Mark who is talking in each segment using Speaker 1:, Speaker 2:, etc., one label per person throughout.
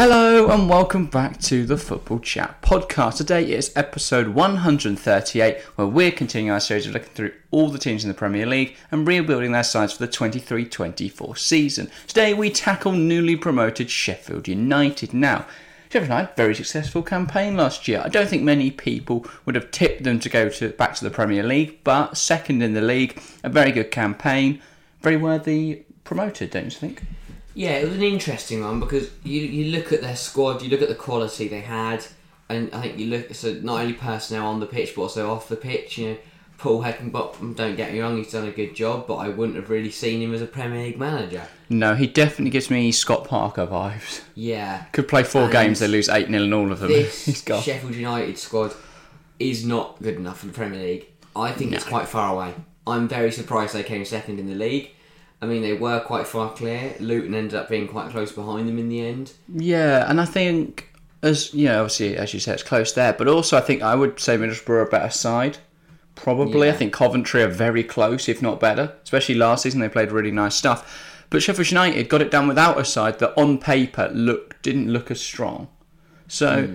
Speaker 1: Hello and welcome back to the Football Chat podcast. Today is episode 138, where we're continuing our series of looking through all the teams in the Premier League and rebuilding their sides for the 23 24 season. Today we tackle newly promoted Sheffield United. Now, Sheffield United, very successful campaign last year. I don't think many people would have tipped them to go to back to the Premier League, but second in the league, a very good campaign, very worthy promoted, don't you think?
Speaker 2: Yeah, it was an interesting one because you you look at their squad, you look at the quality they had, and I think you look so not only personnel on the pitch but also off the pitch. You know, Paul Heckenbottom. Don't get me wrong, he's done a good job, but I wouldn't have really seen him as a Premier League manager.
Speaker 1: No, he definitely gives me Scott Parker vibes.
Speaker 2: Yeah,
Speaker 1: Could play four
Speaker 2: And
Speaker 1: games, they lose 8 0 in all of them. He's
Speaker 2: this
Speaker 1: gone.
Speaker 2: Sheffield United squad is not good enough for the Premier League. I think it's quite far away. I'm very surprised they came second in the league. I mean, they were quite far clear. Luton ended up being quite close behind them in the end.
Speaker 1: Yeah, and I think, as you know, obviously, as you said, it's close there, but also I think I would say Middlesbrough are a better side. Probably. I
Speaker 2: Yeah.
Speaker 1: think Coventry are very close, if not better. Especially last season, they played really nice stuff. But Sheffield United got it done without a side that on paper looked, didn't look as strong. So.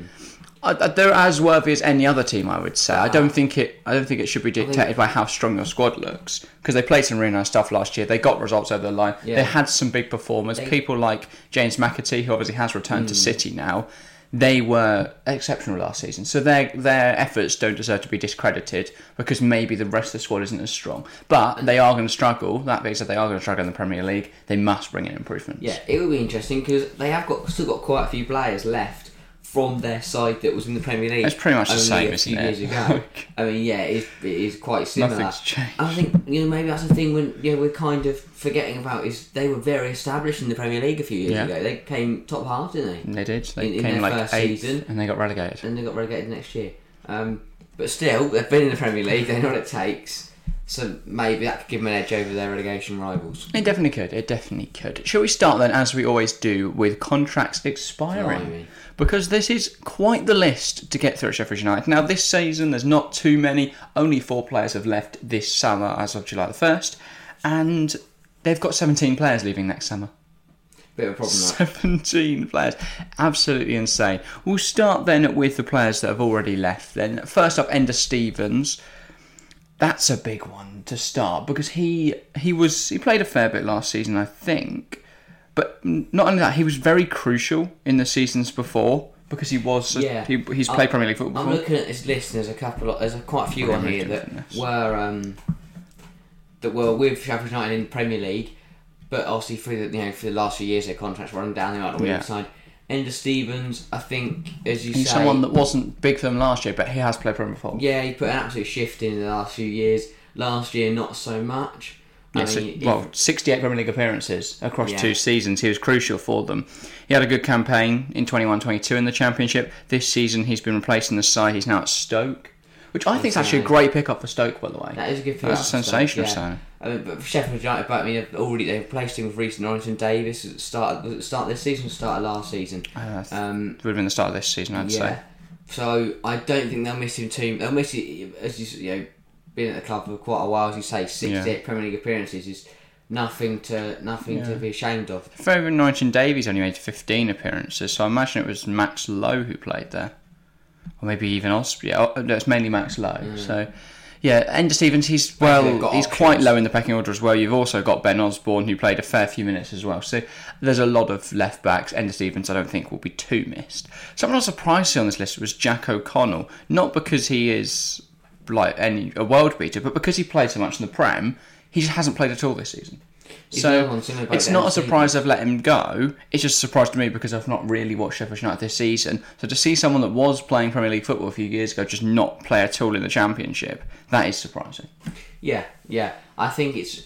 Speaker 1: I, I- they're as worthy as any other team, I would say. I don't think it. I don't think it should be dictated by how strong your squad looks because they played some really nice stuff last year. They got results over the line. They
Speaker 2: Yeah.
Speaker 1: had some big performers. People like James McAtee, who obviously has returned to
Speaker 2: Hmm.
Speaker 1: City now. They were exceptional last season, so their their efforts don't deserve to be discredited because maybe the rest of the squad isn't as strong. But they are going to struggle. That being said, they are going to struggle in the Premier League. They must bring in improvements.
Speaker 2: Yeah, it will be interesting because they have got still got quite a few players left from their side that was in the Premier League.
Speaker 1: It's pretty much the
Speaker 2: only
Speaker 1: same,
Speaker 2: a
Speaker 1: isn't
Speaker 2: few
Speaker 1: it?
Speaker 2: Years ago. I mean, yeah, it is, it is quite similar.
Speaker 1: Nothing's changed.
Speaker 2: I think you know maybe that's the thing when you know we're kind of forgetting about is they were very established in the Premier League a few years
Speaker 1: Yeah. Mm.
Speaker 2: ago. They came top half, didn't they?
Speaker 1: And they did. They
Speaker 2: In- in
Speaker 1: came
Speaker 2: their
Speaker 1: like
Speaker 2: first
Speaker 1: eighth,
Speaker 2: season.
Speaker 1: and they got relegated.
Speaker 2: And they got relegated next year. Um, but still, they've been in the Premier League. They know what it takes. So maybe that could give them an edge over their relegation rivals.
Speaker 1: It definitely could. It definitely could. Shall we start then, as we always do, with contracts expiring?
Speaker 2: Blimey.
Speaker 1: Because this is quite the list to get through at Sheffield United. Now, this season, there's not too many. Only four players have left this summer as of July the 1st. And they've got 17 players leaving next summer.
Speaker 2: Bit of a problem. that.
Speaker 1: 17 players. Absolutely insane. We'll start then with the players that have already left then. First up, Ender Stevens. That's a big one to start because he he was he played a fair bit last season, I think. But n- not only that, he was very crucial in the seasons before because he was
Speaker 2: Yeah.
Speaker 1: he, he's played
Speaker 2: I-
Speaker 1: Premier League football
Speaker 2: I'm
Speaker 1: before.
Speaker 2: looking at this list, and there's a couple. Of, there's a, quite a few
Speaker 1: Probably
Speaker 2: on here
Speaker 1: American
Speaker 2: that
Speaker 1: fitness.
Speaker 2: were um, that were with Sheffield United in the Premier League, but obviously for the you know for the last few years their contracts were running down. They might not be
Speaker 1: Yeah.
Speaker 2: signed. Ender Stevens, I think, as you
Speaker 1: He's
Speaker 2: say,
Speaker 1: someone that wasn't big for them last year, but he has played Premier before.
Speaker 2: yeah, he put an absolute shift in the last few years. Last year, not so much. I
Speaker 1: Yeah, so-
Speaker 2: mean, if-
Speaker 1: well, 68 Premier League appearances across
Speaker 2: Yeah.
Speaker 1: two seasons. He was crucial for them. He had a good campaign in 21 22 in the Championship. This season, he's been replacing the side. He's now at Stoke, which I think is actually a great pickup for Stoke, by the way.
Speaker 2: That is a good for
Speaker 1: That was a sensational signing.
Speaker 2: I mean, but for Sheffield United, but I mean, they've already they replaced him with Reece Norrington Davis at the start was it the start of this season, or start of last season.
Speaker 1: Uh, th-
Speaker 2: um,
Speaker 1: Would have been the start of this season, I'd say.
Speaker 2: Yeah. So I don't think they'll miss him too. They'll miss it as you s- you know, been at the club for quite a while. As you say, sixty-eight Premier League appearances is nothing to nothing to be ashamed of.
Speaker 1: Favourite Norwich Davies only made 15 appearances, so I imagine it was Max Lowe who played there. Or maybe even Osprey. Oh, no, it's mainly Max Lowe. So, yeah, Ender Stevens, he's well,
Speaker 2: Hmm. they've
Speaker 1: he's
Speaker 2: got
Speaker 1: quite
Speaker 2: options.
Speaker 1: low in the pecking order as well. You've also got Ben Osborne, who played a fair few minutes as well. So there's a lot of left backs. Ender Stevens, I don't think, will be too missed. Someone else surprised me on this list was Jack O'Connell, not because he is like any a world beater, but because he played so much in the Prem, he just hasn't played at all this season.
Speaker 2: another
Speaker 1: So
Speaker 2: one similar boat
Speaker 1: it's
Speaker 2: to
Speaker 1: not a
Speaker 2: Ender Stevens.
Speaker 1: surprise I've let him go. It's just a surprise to me because I've not really watched Sheffield United this season. So to see someone that was playing Premier League football a few years ago just not play at all in the Championship, that is surprising.
Speaker 2: Yeah, yeah. I think it's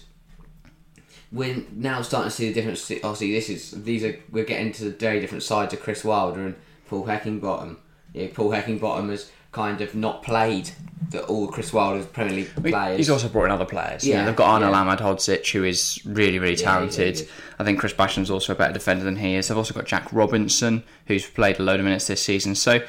Speaker 2: we're now starting to see the difference. Obviously, this is these are we're getting to the very different sides of Chris Wilder and Paul Heckingbottom. Yeah, Paul Heckingbottom has kind of not played the, all Chris Wilder's Premier League players.
Speaker 1: He's also brought in other players. Yeah,
Speaker 2: Yeah,
Speaker 1: they've got Arnold
Speaker 2: yeah.
Speaker 1: Ahmad Hodzic, who is really, really talented.
Speaker 2: is.
Speaker 1: I think Chris Basham's also a better defender than he is. They've also got Jack Robinson, who's played a load of minutes this season. So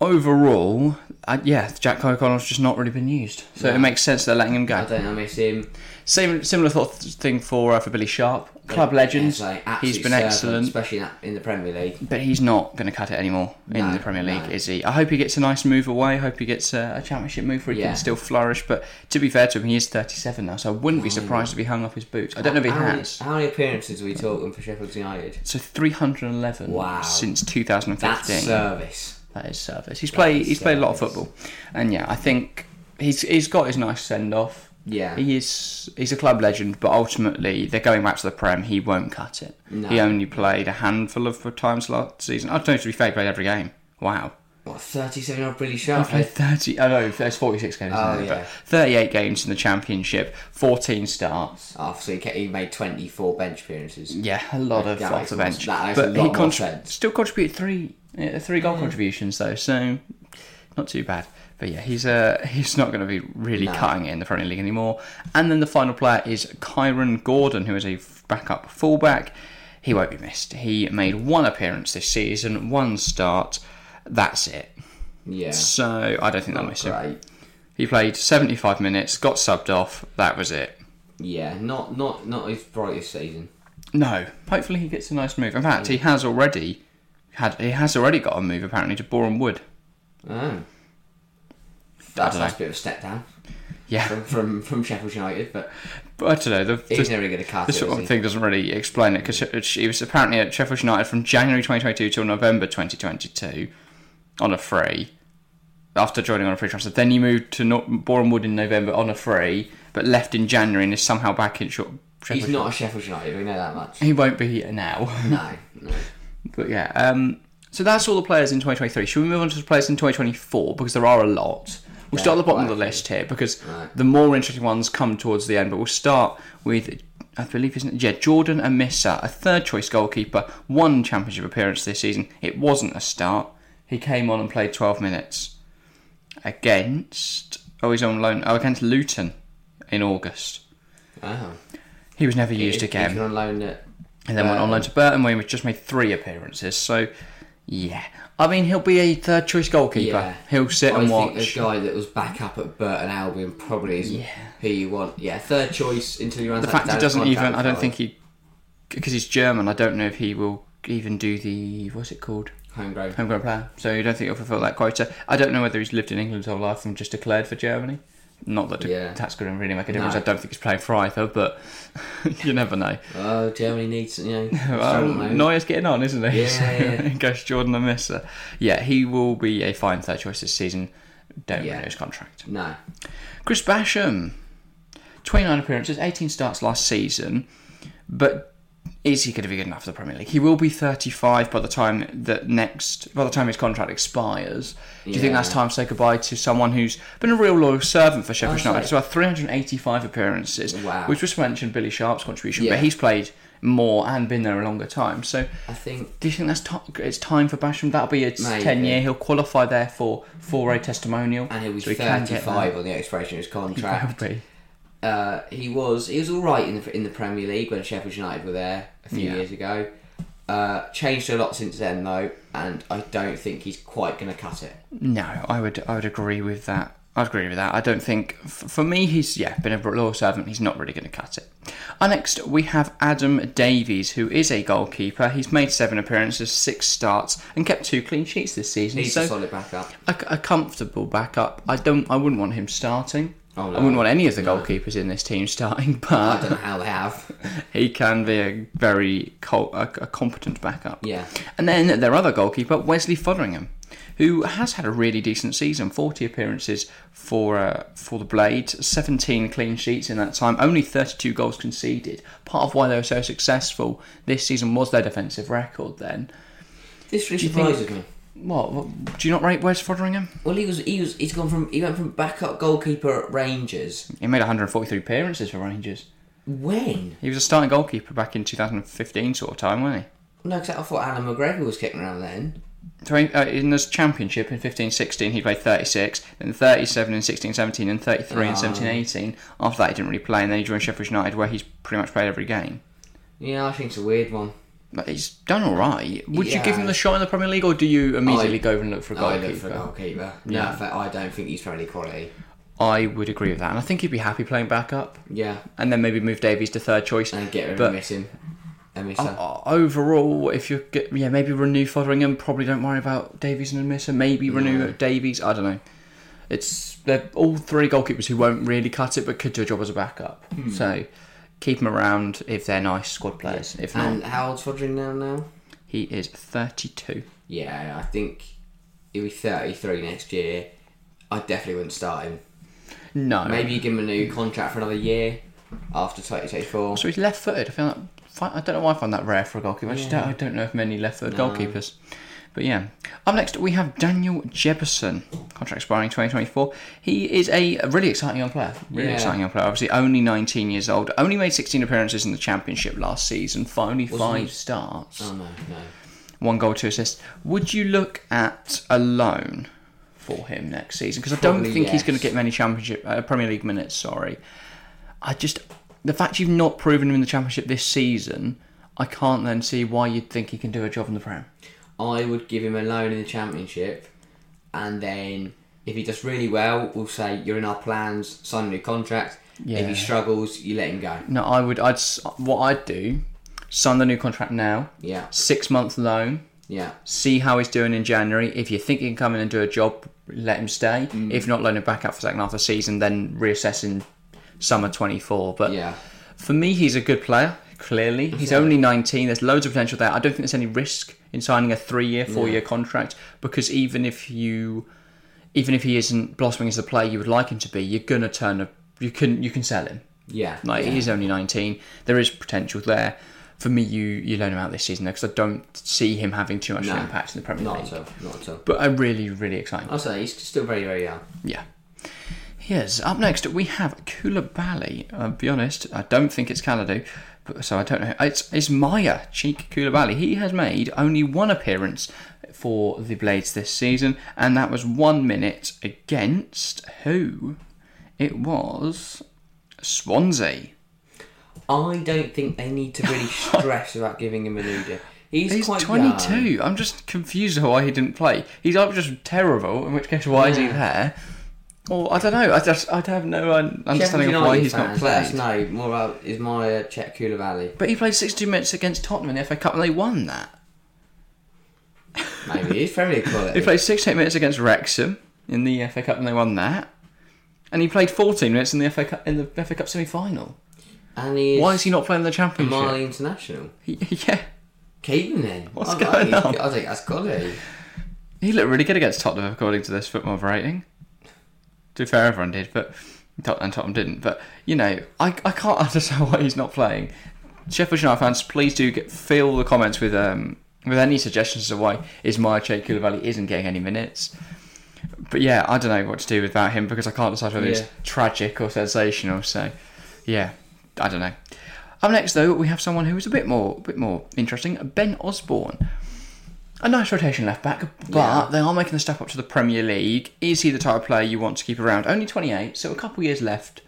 Speaker 1: overall, uh, yeah, Jack O'Connell's just not really been used. So it makes sense they're letting him go.
Speaker 2: I don't know, miss him.
Speaker 1: Same similar sort of thing for uh, for Billy Sharp. club legends.
Speaker 2: Like, absolute
Speaker 1: He's been
Speaker 2: servant,
Speaker 1: excellent,
Speaker 2: especially in that- in the Premier League.
Speaker 1: but he's not going to cut it anymore in
Speaker 2: No,
Speaker 1: the Premier League,
Speaker 2: no.
Speaker 1: is he? I hope he gets a nice move away. I hope he gets a, a championship move where he
Speaker 2: Yeah.
Speaker 1: can still flourish. But to be fair to him, he is 37 now, so I wouldn't
Speaker 2: Oh,
Speaker 1: be surprised if he hung up his boots. I don't know if he
Speaker 2: how many,
Speaker 1: has.
Speaker 2: how many appearances are we talking for Sheffield United?
Speaker 1: So 311
Speaker 2: Wow.
Speaker 1: since
Speaker 2: That's uh,
Speaker 1: 2015.
Speaker 2: service.
Speaker 1: That is service. He's played.
Speaker 2: is
Speaker 1: He's played a lot of
Speaker 2: service.
Speaker 1: football, and yeah, I think he's he's got his nice send off.
Speaker 2: Yeah.
Speaker 1: He is he's a club legend, but ultimately they're going back to the Prem. He won't cut it.
Speaker 2: No.
Speaker 1: He only played a handful of times last season. I don't know to be fair, he played every game. Wow.
Speaker 2: What, 37 odd British
Speaker 1: I've played
Speaker 2: Sharp?
Speaker 1: 30, oh no, there's 46 games, isn't
Speaker 2: Oh,
Speaker 1: there?
Speaker 2: yeah.
Speaker 1: But 38 games in the Championship, 14 starts.
Speaker 2: Oh, so he, ca- he made 24 bench apperances.
Speaker 1: Yeah, a lot of
Speaker 2: That
Speaker 1: off
Speaker 2: makes
Speaker 1: the
Speaker 2: more-
Speaker 1: bench.
Speaker 2: that makes a
Speaker 1: But
Speaker 2: lot
Speaker 1: he
Speaker 2: more
Speaker 1: contr-
Speaker 2: sense. Hmm.
Speaker 1: still contributed three uh, three goal contributions, though, so not too bad. But yeah, he's uh, he's not going to be really
Speaker 2: No.
Speaker 1: cutting it in the Premier League anymore. And then the final player is Kyron Gordon, who is a f- backup fullback. He won't be missed. He made one appearance this season, one start. That's it.
Speaker 2: Yeah.
Speaker 1: So I don't think they'll miss him.
Speaker 2: Great.
Speaker 1: He played 75 minutes, got subbed off. That was it.
Speaker 2: Yeah, not not not his brightest season.
Speaker 1: No, hopefully he gets a nice move. In fact, he has already had he has already got a move apparently to Boreham Wood.
Speaker 2: Oh. That's,
Speaker 1: know.
Speaker 2: that's a bit of a step down
Speaker 1: Yeah,
Speaker 2: from from, from Sheffield United, but
Speaker 1: but I don't know. The,
Speaker 2: he's
Speaker 1: the,
Speaker 2: never going to cut
Speaker 1: the
Speaker 2: it.
Speaker 1: sort
Speaker 2: is
Speaker 1: of
Speaker 2: he?
Speaker 1: thing doesn't really explain it because he was apparently at Sheffield United from January 2022 till November 2022 on a free. After joining on a free transfer, then he moved to Nor- Boreham Wood in November on a free, but left in January and is somehow back in short.
Speaker 2: He's not a Sheffield United, we know that much.
Speaker 1: He won't be here now.
Speaker 2: No, no.
Speaker 1: But yeah, um, so that's all the players in 2023. Should we move on to the players in 2024 because there are a lot. We'll start at the bottom of the list here because the more interesting ones come towards the end. But we'll start with, I believe, isn't it? Yeah, Jordan Amissa, a third choice goalkeeper, one championship appearance this season. It wasn't a start. He came on and played 12 minutes against. Oh, he's on loan. Oh, against Luton in August.
Speaker 2: Oh.
Speaker 1: He was never used
Speaker 2: He's
Speaker 1: again
Speaker 2: been on loan at
Speaker 1: and then went on
Speaker 2: Um,
Speaker 1: loan to Burton where he just made three appearances. So, yeah. I mean, he'll be a third choice goalkeeper.
Speaker 2: Yeah.
Speaker 1: He'll sit
Speaker 2: I
Speaker 1: and
Speaker 2: think
Speaker 1: watch.
Speaker 2: the guy that was back up at Burton Albion probably isn't who you want. Yeah, third choice until you run
Speaker 1: the fact he doesn't even, I don't think he, because he's German, I don't know if he will even do the, what's it called?
Speaker 2: homegrown.
Speaker 1: Homegrown player. So you don't think he'll fulfil that quota. I don't know whether he's lived in England his whole life and just declared for Germany. Not that
Speaker 2: Yeah.
Speaker 1: that's going to really make a difference.
Speaker 2: No.
Speaker 1: I don't think he's playing for either, but you never know.
Speaker 2: Oh, Germany needs you know.
Speaker 1: Well,
Speaker 2: strong loan.
Speaker 1: Neuer's Ah, getting on, isn't he?
Speaker 2: Yeah, yeah, yeah.
Speaker 1: Goes Jordan Amissa. Yeah, he will be a fine third choice this season. Don't
Speaker 2: Yeah.
Speaker 1: renew his contract.
Speaker 2: No.
Speaker 1: Chris Basham, 29 appearances, 18 starts last season, but is he going to be good enough for the Premier League? He will be 35 by the time that next, by the time his contract expires. Do you think that's
Speaker 2: Yeah.
Speaker 1: time to say goodbye to someone who's been a real loyal servant for Sheffield
Speaker 2: That's
Speaker 1: United?
Speaker 2: right.
Speaker 1: So 385 appearances,
Speaker 2: Wow.
Speaker 1: which was mentioned Billy Sharp's contribution,
Speaker 2: Yeah.
Speaker 1: but he's played more and been there a longer time. So
Speaker 2: I think
Speaker 1: do you think that's ti it's time for Basham? That'll be its
Speaker 2: Maybe.
Speaker 1: ten year. He'll qualify there for for a testimonial,
Speaker 2: and he was
Speaker 1: so he can get that.
Speaker 2: 35 on the expiration of his contract.
Speaker 1: That'll be-
Speaker 2: Uh, he was he was all right in the in the Premier League when Sheffield United were there a few
Speaker 1: Yeah.
Speaker 2: years ago. Uh, changed a lot since then though, and I don't think he's quite going to cut it.
Speaker 1: No, I would I would agree with that. I'd agree with that. I don't think f- for me he's yeah been a loyal servant. He's not really going to cut it. Uh, next we have Adam Davies, who is a goalkeeper. He's made seven appearances, six starts, and kept two clean sheets this season.
Speaker 2: He's
Speaker 1: so
Speaker 2: a solid backup.
Speaker 1: a, a comfortable backup. I don't. I wouldn't want him starting.
Speaker 2: Oh, no.
Speaker 1: I wouldn't want any of the goalkeepers in this team starting. But
Speaker 2: I don't know how they have.
Speaker 1: he can be a very co- a, a competent backup.
Speaker 2: Yeah.
Speaker 1: And then their other goalkeeper, Wesley Fotheringham, who has had a really decent season 40 appearances for uh, for the Blade, 17 clean sheets in that time, only 32 goals conceded. Part of why they were so successful this season was their defensive record then.
Speaker 2: This really
Speaker 1: think-
Speaker 2: surprises me.
Speaker 1: What? what do you not rate Wes Fotheringham?
Speaker 2: Well, he was he was he's gone from he went from backup goalkeeper at Rangers.
Speaker 1: He made 143 appearances for Rangers.
Speaker 2: When?
Speaker 1: He was a starting goalkeeper back in 2015 sort of time, wasn't he?
Speaker 2: No, because I thought Alan McGregor was kicking around then.
Speaker 1: Twen- uh, in this championship in 15 16 he played 36 then 37 in 16 17 and 33
Speaker 2: Ah.
Speaker 1: in 17 18 after that he didn't really play and then he joined Sheffield United where he's pretty much played every game
Speaker 2: Yeah, I think it's a weird one.
Speaker 1: but he's done alright would you give
Speaker 2: Yeah.
Speaker 1: him the shot in the Premier League or do you immediately
Speaker 2: I-
Speaker 1: go and look for a
Speaker 2: I
Speaker 1: goalkeeper
Speaker 2: look for a goalkeeper. No, in fact, I don't think he's for any quality.
Speaker 1: I would agree with that and I think he'd be happy playing back up
Speaker 2: Yeah,
Speaker 1: and then maybe move Davies to third choice
Speaker 2: and get rid
Speaker 1: But-
Speaker 2: of missing. Amisa.
Speaker 1: O- Uh, overall, if you get yeah, maybe renew Fotheringham. Probably don't worry about Davies and Amissa. Maybe renew Davies. I don't know. It's they're all three goalkeepers who won't really cut it, but could do a job as a backup. So keep them around if they're nice squad players. If not,
Speaker 2: and how old's Fodringham now?
Speaker 1: he is thirty-two.
Speaker 2: Yeah, I think he'll be 33 next year. I definitely wouldn't start him.
Speaker 1: No,
Speaker 2: Maybe you give him a new contract for another year after 2024.
Speaker 1: So he's left-footed. I feel like fi- I don't know why I find that rare for a goalkeeper. I just don't, I don't know of many left-footed goalkeepers. But yeah, up next we have Daniel Jebison, contract expiring 2024. He is a really exciting young player. Really
Speaker 2: Yeah.
Speaker 1: exciting young player. Obviously, only 19 years old. Only made 16 appearances in the championship last season. fi- Only five starts.
Speaker 2: Oh no, no.
Speaker 1: One goal, two assists. Would you look at a loan for him next season? Because I don't
Speaker 2: Probably
Speaker 1: think he's
Speaker 2: yes.
Speaker 1: going to get many Championship uh, Premier League minutes. Sorry, I just the fact you've not proven him in the Championship this season, I can't then see why you'd think he can do a job in the Prem.
Speaker 2: I would give him a loan in the championship, and then if he does really well, we'll say you're in our plans, sign a new contract. If
Speaker 1: Yeah.
Speaker 2: he struggles, you let him go.
Speaker 1: No, I would. I'd s- what I'd do, sign the new contract now,
Speaker 2: Yeah,
Speaker 1: six month loan.
Speaker 2: yeah,
Speaker 1: See how he's doing in January. If you think he can come in and do a job, let him stay.
Speaker 2: Mm.
Speaker 1: If not, loan him back out for second half of the season, then reassess in summer 24. But
Speaker 2: yeah.
Speaker 1: For me, he's a good player. Clearly, he's only 19. There's loads of potential there. I don't think there's any risk in signing a three-year, four-year contract because even if you, even if he isn't blossoming as the player you would like him to be, you're gonna turn a you can you can sell him.
Speaker 2: Yeah,
Speaker 1: Like
Speaker 2: yeah.
Speaker 1: he's only 19. There is potential there. For me, you you loan him out this season because I don't see him having too much of an
Speaker 2: No,
Speaker 1: impact in the Premier
Speaker 2: not
Speaker 1: League.
Speaker 2: at all, not at all.
Speaker 1: But a really really exciting.
Speaker 2: I'll say he's still very, very young.
Speaker 1: Yeah. Yes. Up next, we have Koulibaly. I'll be honest, I don't think it's Kaladu, but so I don't know. It's, it's Maya Cheek Koulibaly. He has made only one appearance for the Blades this season, and that was one minute against who? It was Swansea.
Speaker 2: I don't think they need to really stress about giving him a new deal. He's,
Speaker 1: He's
Speaker 2: quite
Speaker 1: 22.
Speaker 2: young.
Speaker 1: I'm just confused as to why he didn't play. He's either just terrible, in which case, why is he there? Or I don't know. I just I have no un- understanding of
Speaker 2: Sheffield
Speaker 1: why
Speaker 2: United
Speaker 1: he's not
Speaker 2: fans,
Speaker 1: played.
Speaker 2: Let us know more about is Maya Czech Kula Valley.
Speaker 1: But he played 62 minutes against Tottenham in the FA Cup and they won that.
Speaker 2: Maybe he's Premier League
Speaker 1: He
Speaker 2: quality.
Speaker 1: played 68 minutes against Wrexham in the FA Cup and they won that. And he played 14 minutes in the FA Cup in the FA Cup semi-final.
Speaker 2: and he is
Speaker 1: Why is he not playing in the
Speaker 2: Mali
Speaker 1: Championship?
Speaker 2: International.
Speaker 1: yeah,
Speaker 2: Keep him then.
Speaker 1: What's
Speaker 2: I
Speaker 1: going
Speaker 2: like,
Speaker 1: on?
Speaker 2: I think that's eh? quality.
Speaker 1: he looked really good against Tottenham according to this football rating. To be fair, everyone did, but Tot- and Tottenham didn't. But you know, I, I can't understand why he's not playing. Sheffield United fans, please do get, fill the comments with um with any suggestions as to why Ismail Che Koulibaly isn't getting any minutes. But yeah, I don't know what to do without him because I can't decide whether it's
Speaker 2: Yeah.
Speaker 1: tragic or sensational. So yeah, I don't know. Up next though, we have someone who is a bit more bit more interesting, Ben Osborne. A nice rotation left back, but
Speaker 2: Yeah.
Speaker 1: they are making the step up to the Premier League. Is he the type of player you want to keep around? Only 28, so a couple years left.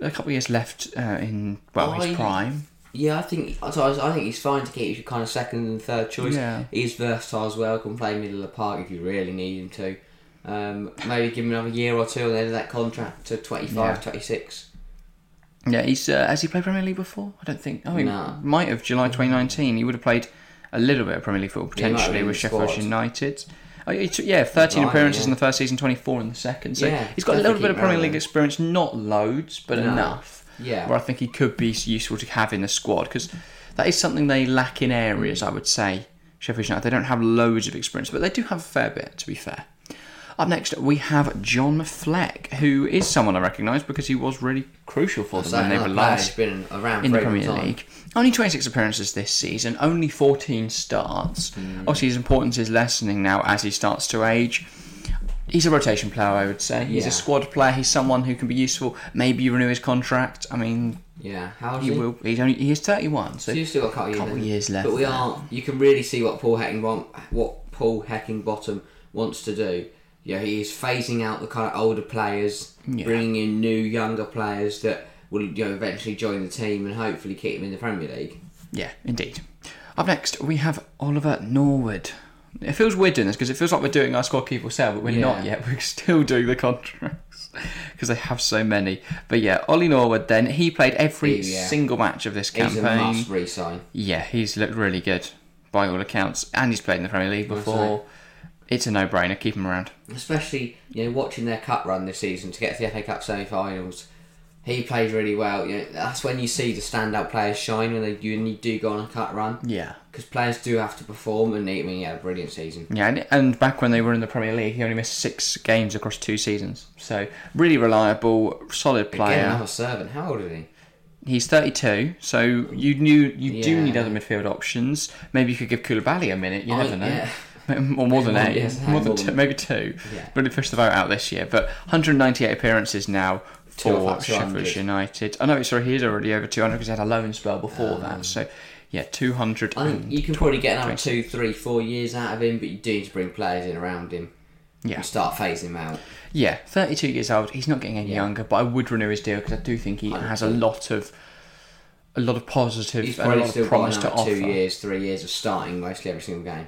Speaker 1: A couple years left uh, in well
Speaker 2: I-
Speaker 1: his prime.
Speaker 2: Yeah, I think so I, was- I think he's fine to keep his kind of second and third choice.
Speaker 1: Yeah.
Speaker 2: He's versatile as well. Can play middle of the park if you really need him to. Um, maybe give him another year or two and end that contract to 25,
Speaker 1: Yeah.
Speaker 2: 26.
Speaker 1: Yeah, he's uh, has he played Premier League before? I don't think. Oh, he
Speaker 2: No.
Speaker 1: might have. July 2019, he would have played a little bit of Premier League football
Speaker 2: Yeah, he might have
Speaker 1: potentially
Speaker 2: been
Speaker 1: with
Speaker 2: in the
Speaker 1: Sheffield
Speaker 2: squad.
Speaker 1: United. Oh, he took- yeah, 13
Speaker 2: Blimey,
Speaker 1: appearances
Speaker 2: yeah.
Speaker 1: in the first season, 24 in the second. So
Speaker 2: Yeah,
Speaker 1: he's got a little
Speaker 2: definitely
Speaker 1: bit of
Speaker 2: keep
Speaker 1: Premier
Speaker 2: rolling.
Speaker 1: League experience, not loads, but
Speaker 2: No.
Speaker 1: enough.
Speaker 2: Yeah.
Speaker 1: where I think he could be useful to have in the squad because that is something they lack in areas. I would say Sheffield United they don't have loads of experience, but they do have a fair bit. To be fair. Up next, we have John Fleck, who is someone I recognise because he was really crucial for them
Speaker 2: So
Speaker 1: when they
Speaker 2: that
Speaker 1: were
Speaker 2: player's
Speaker 1: last
Speaker 2: been around
Speaker 1: in
Speaker 2: for
Speaker 1: the
Speaker 2: a long
Speaker 1: Premier
Speaker 2: time.
Speaker 1: League. Only 26 appearances this season, only 14 starts.
Speaker 2: Hmm.
Speaker 1: Obviously, his importance is lessening now as he starts to age. He's a rotation player, I would say. He's
Speaker 2: Yeah.
Speaker 1: a squad player. He's someone who can be useful. Maybe you renew his contract. I mean,
Speaker 2: Yeah, how old
Speaker 1: he
Speaker 2: is he?
Speaker 1: will. He's only. He is 31. So
Speaker 2: So you've still got a couple,
Speaker 1: Couple
Speaker 2: then.
Speaker 1: years left
Speaker 2: But we
Speaker 1: there.
Speaker 2: are. You can really see what Paul Hecking want, what Paul Heckingbottom wants to do. Yeah, he is phasing out the kind of older players,
Speaker 1: Yeah.
Speaker 2: bringing in new younger players that will you know eventually join the team and hopefully keep him in the Premier League.
Speaker 1: yeah, indeed. Up next, we have Oliver Norwood. It feels weird doing this because it feels like we're doing our squad keep or sell, but we're not
Speaker 2: Yeah.
Speaker 1: yet. We're still doing the contracts because they have so many. But yeah, Ollie Norwood. Then he played every
Speaker 2: Yeah.
Speaker 1: single match of this
Speaker 2: He's a
Speaker 1: campaign.
Speaker 2: must re-sign.
Speaker 1: Yeah, he's looked really good by all accounts, and he's played in the Premier League before. It's a no-brainer. Keep him around.
Speaker 2: especially you know watching their cup run this season to get to the FA Cup semi-finals. He played really well. You know, that's when you see the standout players shine when they you, when you do go on a cut run
Speaker 1: Yeah,
Speaker 2: because players do have to perform. And he, I mean, he had a brilliant season.
Speaker 1: yeah, and, and back when they were in the Premier League, he only missed six games across two seasons. So really reliable, solid player.
Speaker 2: Again, another servant. How old is he?
Speaker 1: He's 32, so you knew you do
Speaker 2: Yeah.
Speaker 1: need other midfield options. Maybe you could give Koulibaly a minute. You
Speaker 2: I-
Speaker 1: never know.
Speaker 2: yeah.
Speaker 1: Or more than
Speaker 2: More-
Speaker 1: eight,
Speaker 2: yes,
Speaker 1: more
Speaker 2: more
Speaker 1: than
Speaker 2: than-
Speaker 1: two, maybe two.
Speaker 2: Yeah.
Speaker 1: Really pushed the vote out this year, but 198 appearances now
Speaker 2: Two off
Speaker 1: for
Speaker 2: up to
Speaker 1: Sheffield
Speaker 2: 100.
Speaker 1: United. I know it's sorry, he is already over 200 because he had a loan spell before
Speaker 2: Um,
Speaker 1: that. So yeah, 200.
Speaker 2: I think
Speaker 1: and-
Speaker 2: you can probably get another two, three, four years out of him, but you do need to bring players in around him.
Speaker 1: Yeah.
Speaker 2: And start phasing him out.
Speaker 1: yeah, 32 years old. He's not getting any younger, but I would renew his deal because I do think he has a lot of a lot of positive
Speaker 2: He's
Speaker 1: and a
Speaker 2: probably
Speaker 1: lot
Speaker 2: still
Speaker 1: of
Speaker 2: got
Speaker 1: promise to
Speaker 2: another
Speaker 1: offer.
Speaker 2: two years, three years of starting mostly every single game.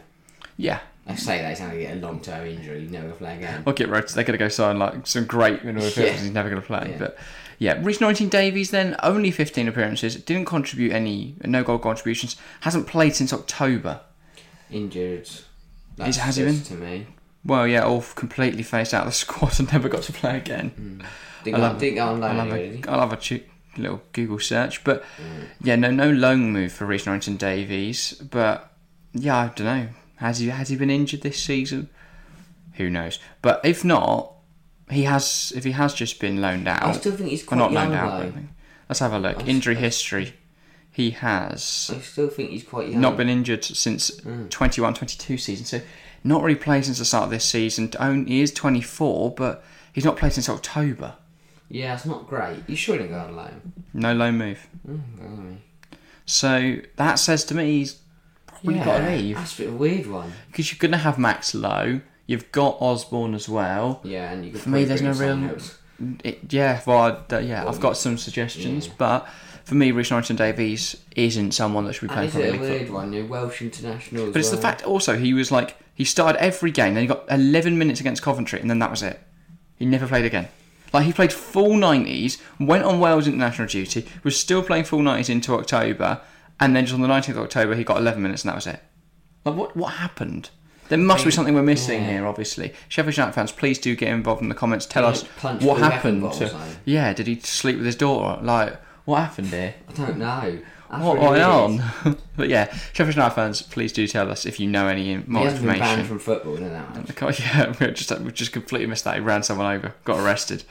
Speaker 1: Yeah,
Speaker 2: I say that he's going to get a long-term injury. He's never going to play again.
Speaker 1: Or get Rhodes, they're going to go sign like some great mineral midfielders
Speaker 2: Yeah.
Speaker 1: he's never going to play.
Speaker 2: Yeah.
Speaker 1: But yeah, reached 19 Davies then, only 15 appearances, didn't contribute any, no goal contributions, hasn't played since October.
Speaker 2: injured. That's
Speaker 1: has he
Speaker 2: just to me.
Speaker 1: Well, yeah, all completely phased out of the squad and never got to play
Speaker 2: Hmm.
Speaker 1: again.
Speaker 2: Didn't
Speaker 1: I
Speaker 2: go,
Speaker 1: love-
Speaker 2: didn't go on loan
Speaker 1: I'll, have
Speaker 2: anyway, did
Speaker 1: a,
Speaker 2: he?
Speaker 1: I'll have a chu- little Google search. But
Speaker 2: Mm.
Speaker 1: yeah, no no loan move for reached 19 Davies. But yeah, I don't know. Has he, has he been injured this season? Who knows? But if not, he has. If he has just been loaned out,
Speaker 2: I still think he's
Speaker 1: Well,
Speaker 2: quite
Speaker 1: not
Speaker 2: young
Speaker 1: loaned out. I
Speaker 2: though.
Speaker 1: think. Let's have a look. Injury history. He has
Speaker 2: I still think he's quite young.
Speaker 1: not been injured since
Speaker 2: Mm.
Speaker 1: 21-22 season, so not really played since the start of this season. Only, he is 24, but he's not played since October.
Speaker 2: yeah, it's not great. You sure didn't go on loan?
Speaker 1: No loan move. So that says to me he's probably got to leave.
Speaker 2: That's a bit of a weird one.
Speaker 1: Because you're going to have Max Lowe. You've got Osborne as well.
Speaker 2: Yeah, and you could
Speaker 1: For me,
Speaker 2: probably
Speaker 1: there's
Speaker 2: bring
Speaker 1: no
Speaker 2: someone
Speaker 1: real-
Speaker 2: else.
Speaker 1: It, yeah, well, I'd- uh, yeah, I've got some suggestions, but for me, Rich Norton Davies isn't someone that should be
Speaker 2: And
Speaker 1: playing
Speaker 2: is it
Speaker 1: Premier
Speaker 2: a
Speaker 1: League football.
Speaker 2: weird one? You're Welsh international.
Speaker 1: But it's the fact also he was like he started every game, then he got 11 minutes against Coventry, and then that was it. He never played again. Like he played full 90s, went on Wales international duty, was still playing full 90s into October, and then just on the 19th of October he got 11 minutes, and that was it. Like what what happened? There must be something we're missing
Speaker 2: yeah.
Speaker 1: here, obviously. Sheffield United fans, please do get involved in the comments. Tell us
Speaker 2: punch
Speaker 1: what
Speaker 2: the weapon
Speaker 1: happened.
Speaker 2: bottles,
Speaker 1: To,
Speaker 2: though.
Speaker 1: yeah, did he sleep with his daughter? Like, what happened here?
Speaker 2: I don't know. That's
Speaker 1: What
Speaker 2: really
Speaker 1: went
Speaker 2: weird.
Speaker 1: on? but yeah, Sheffield United fans, please do tell us if you know any
Speaker 2: He
Speaker 1: more
Speaker 2: hasn't been banned
Speaker 1: information.
Speaker 2: from football, no, that much.
Speaker 1: I can't- yeah, we just we just completely missed that. He ran someone over, got arrested.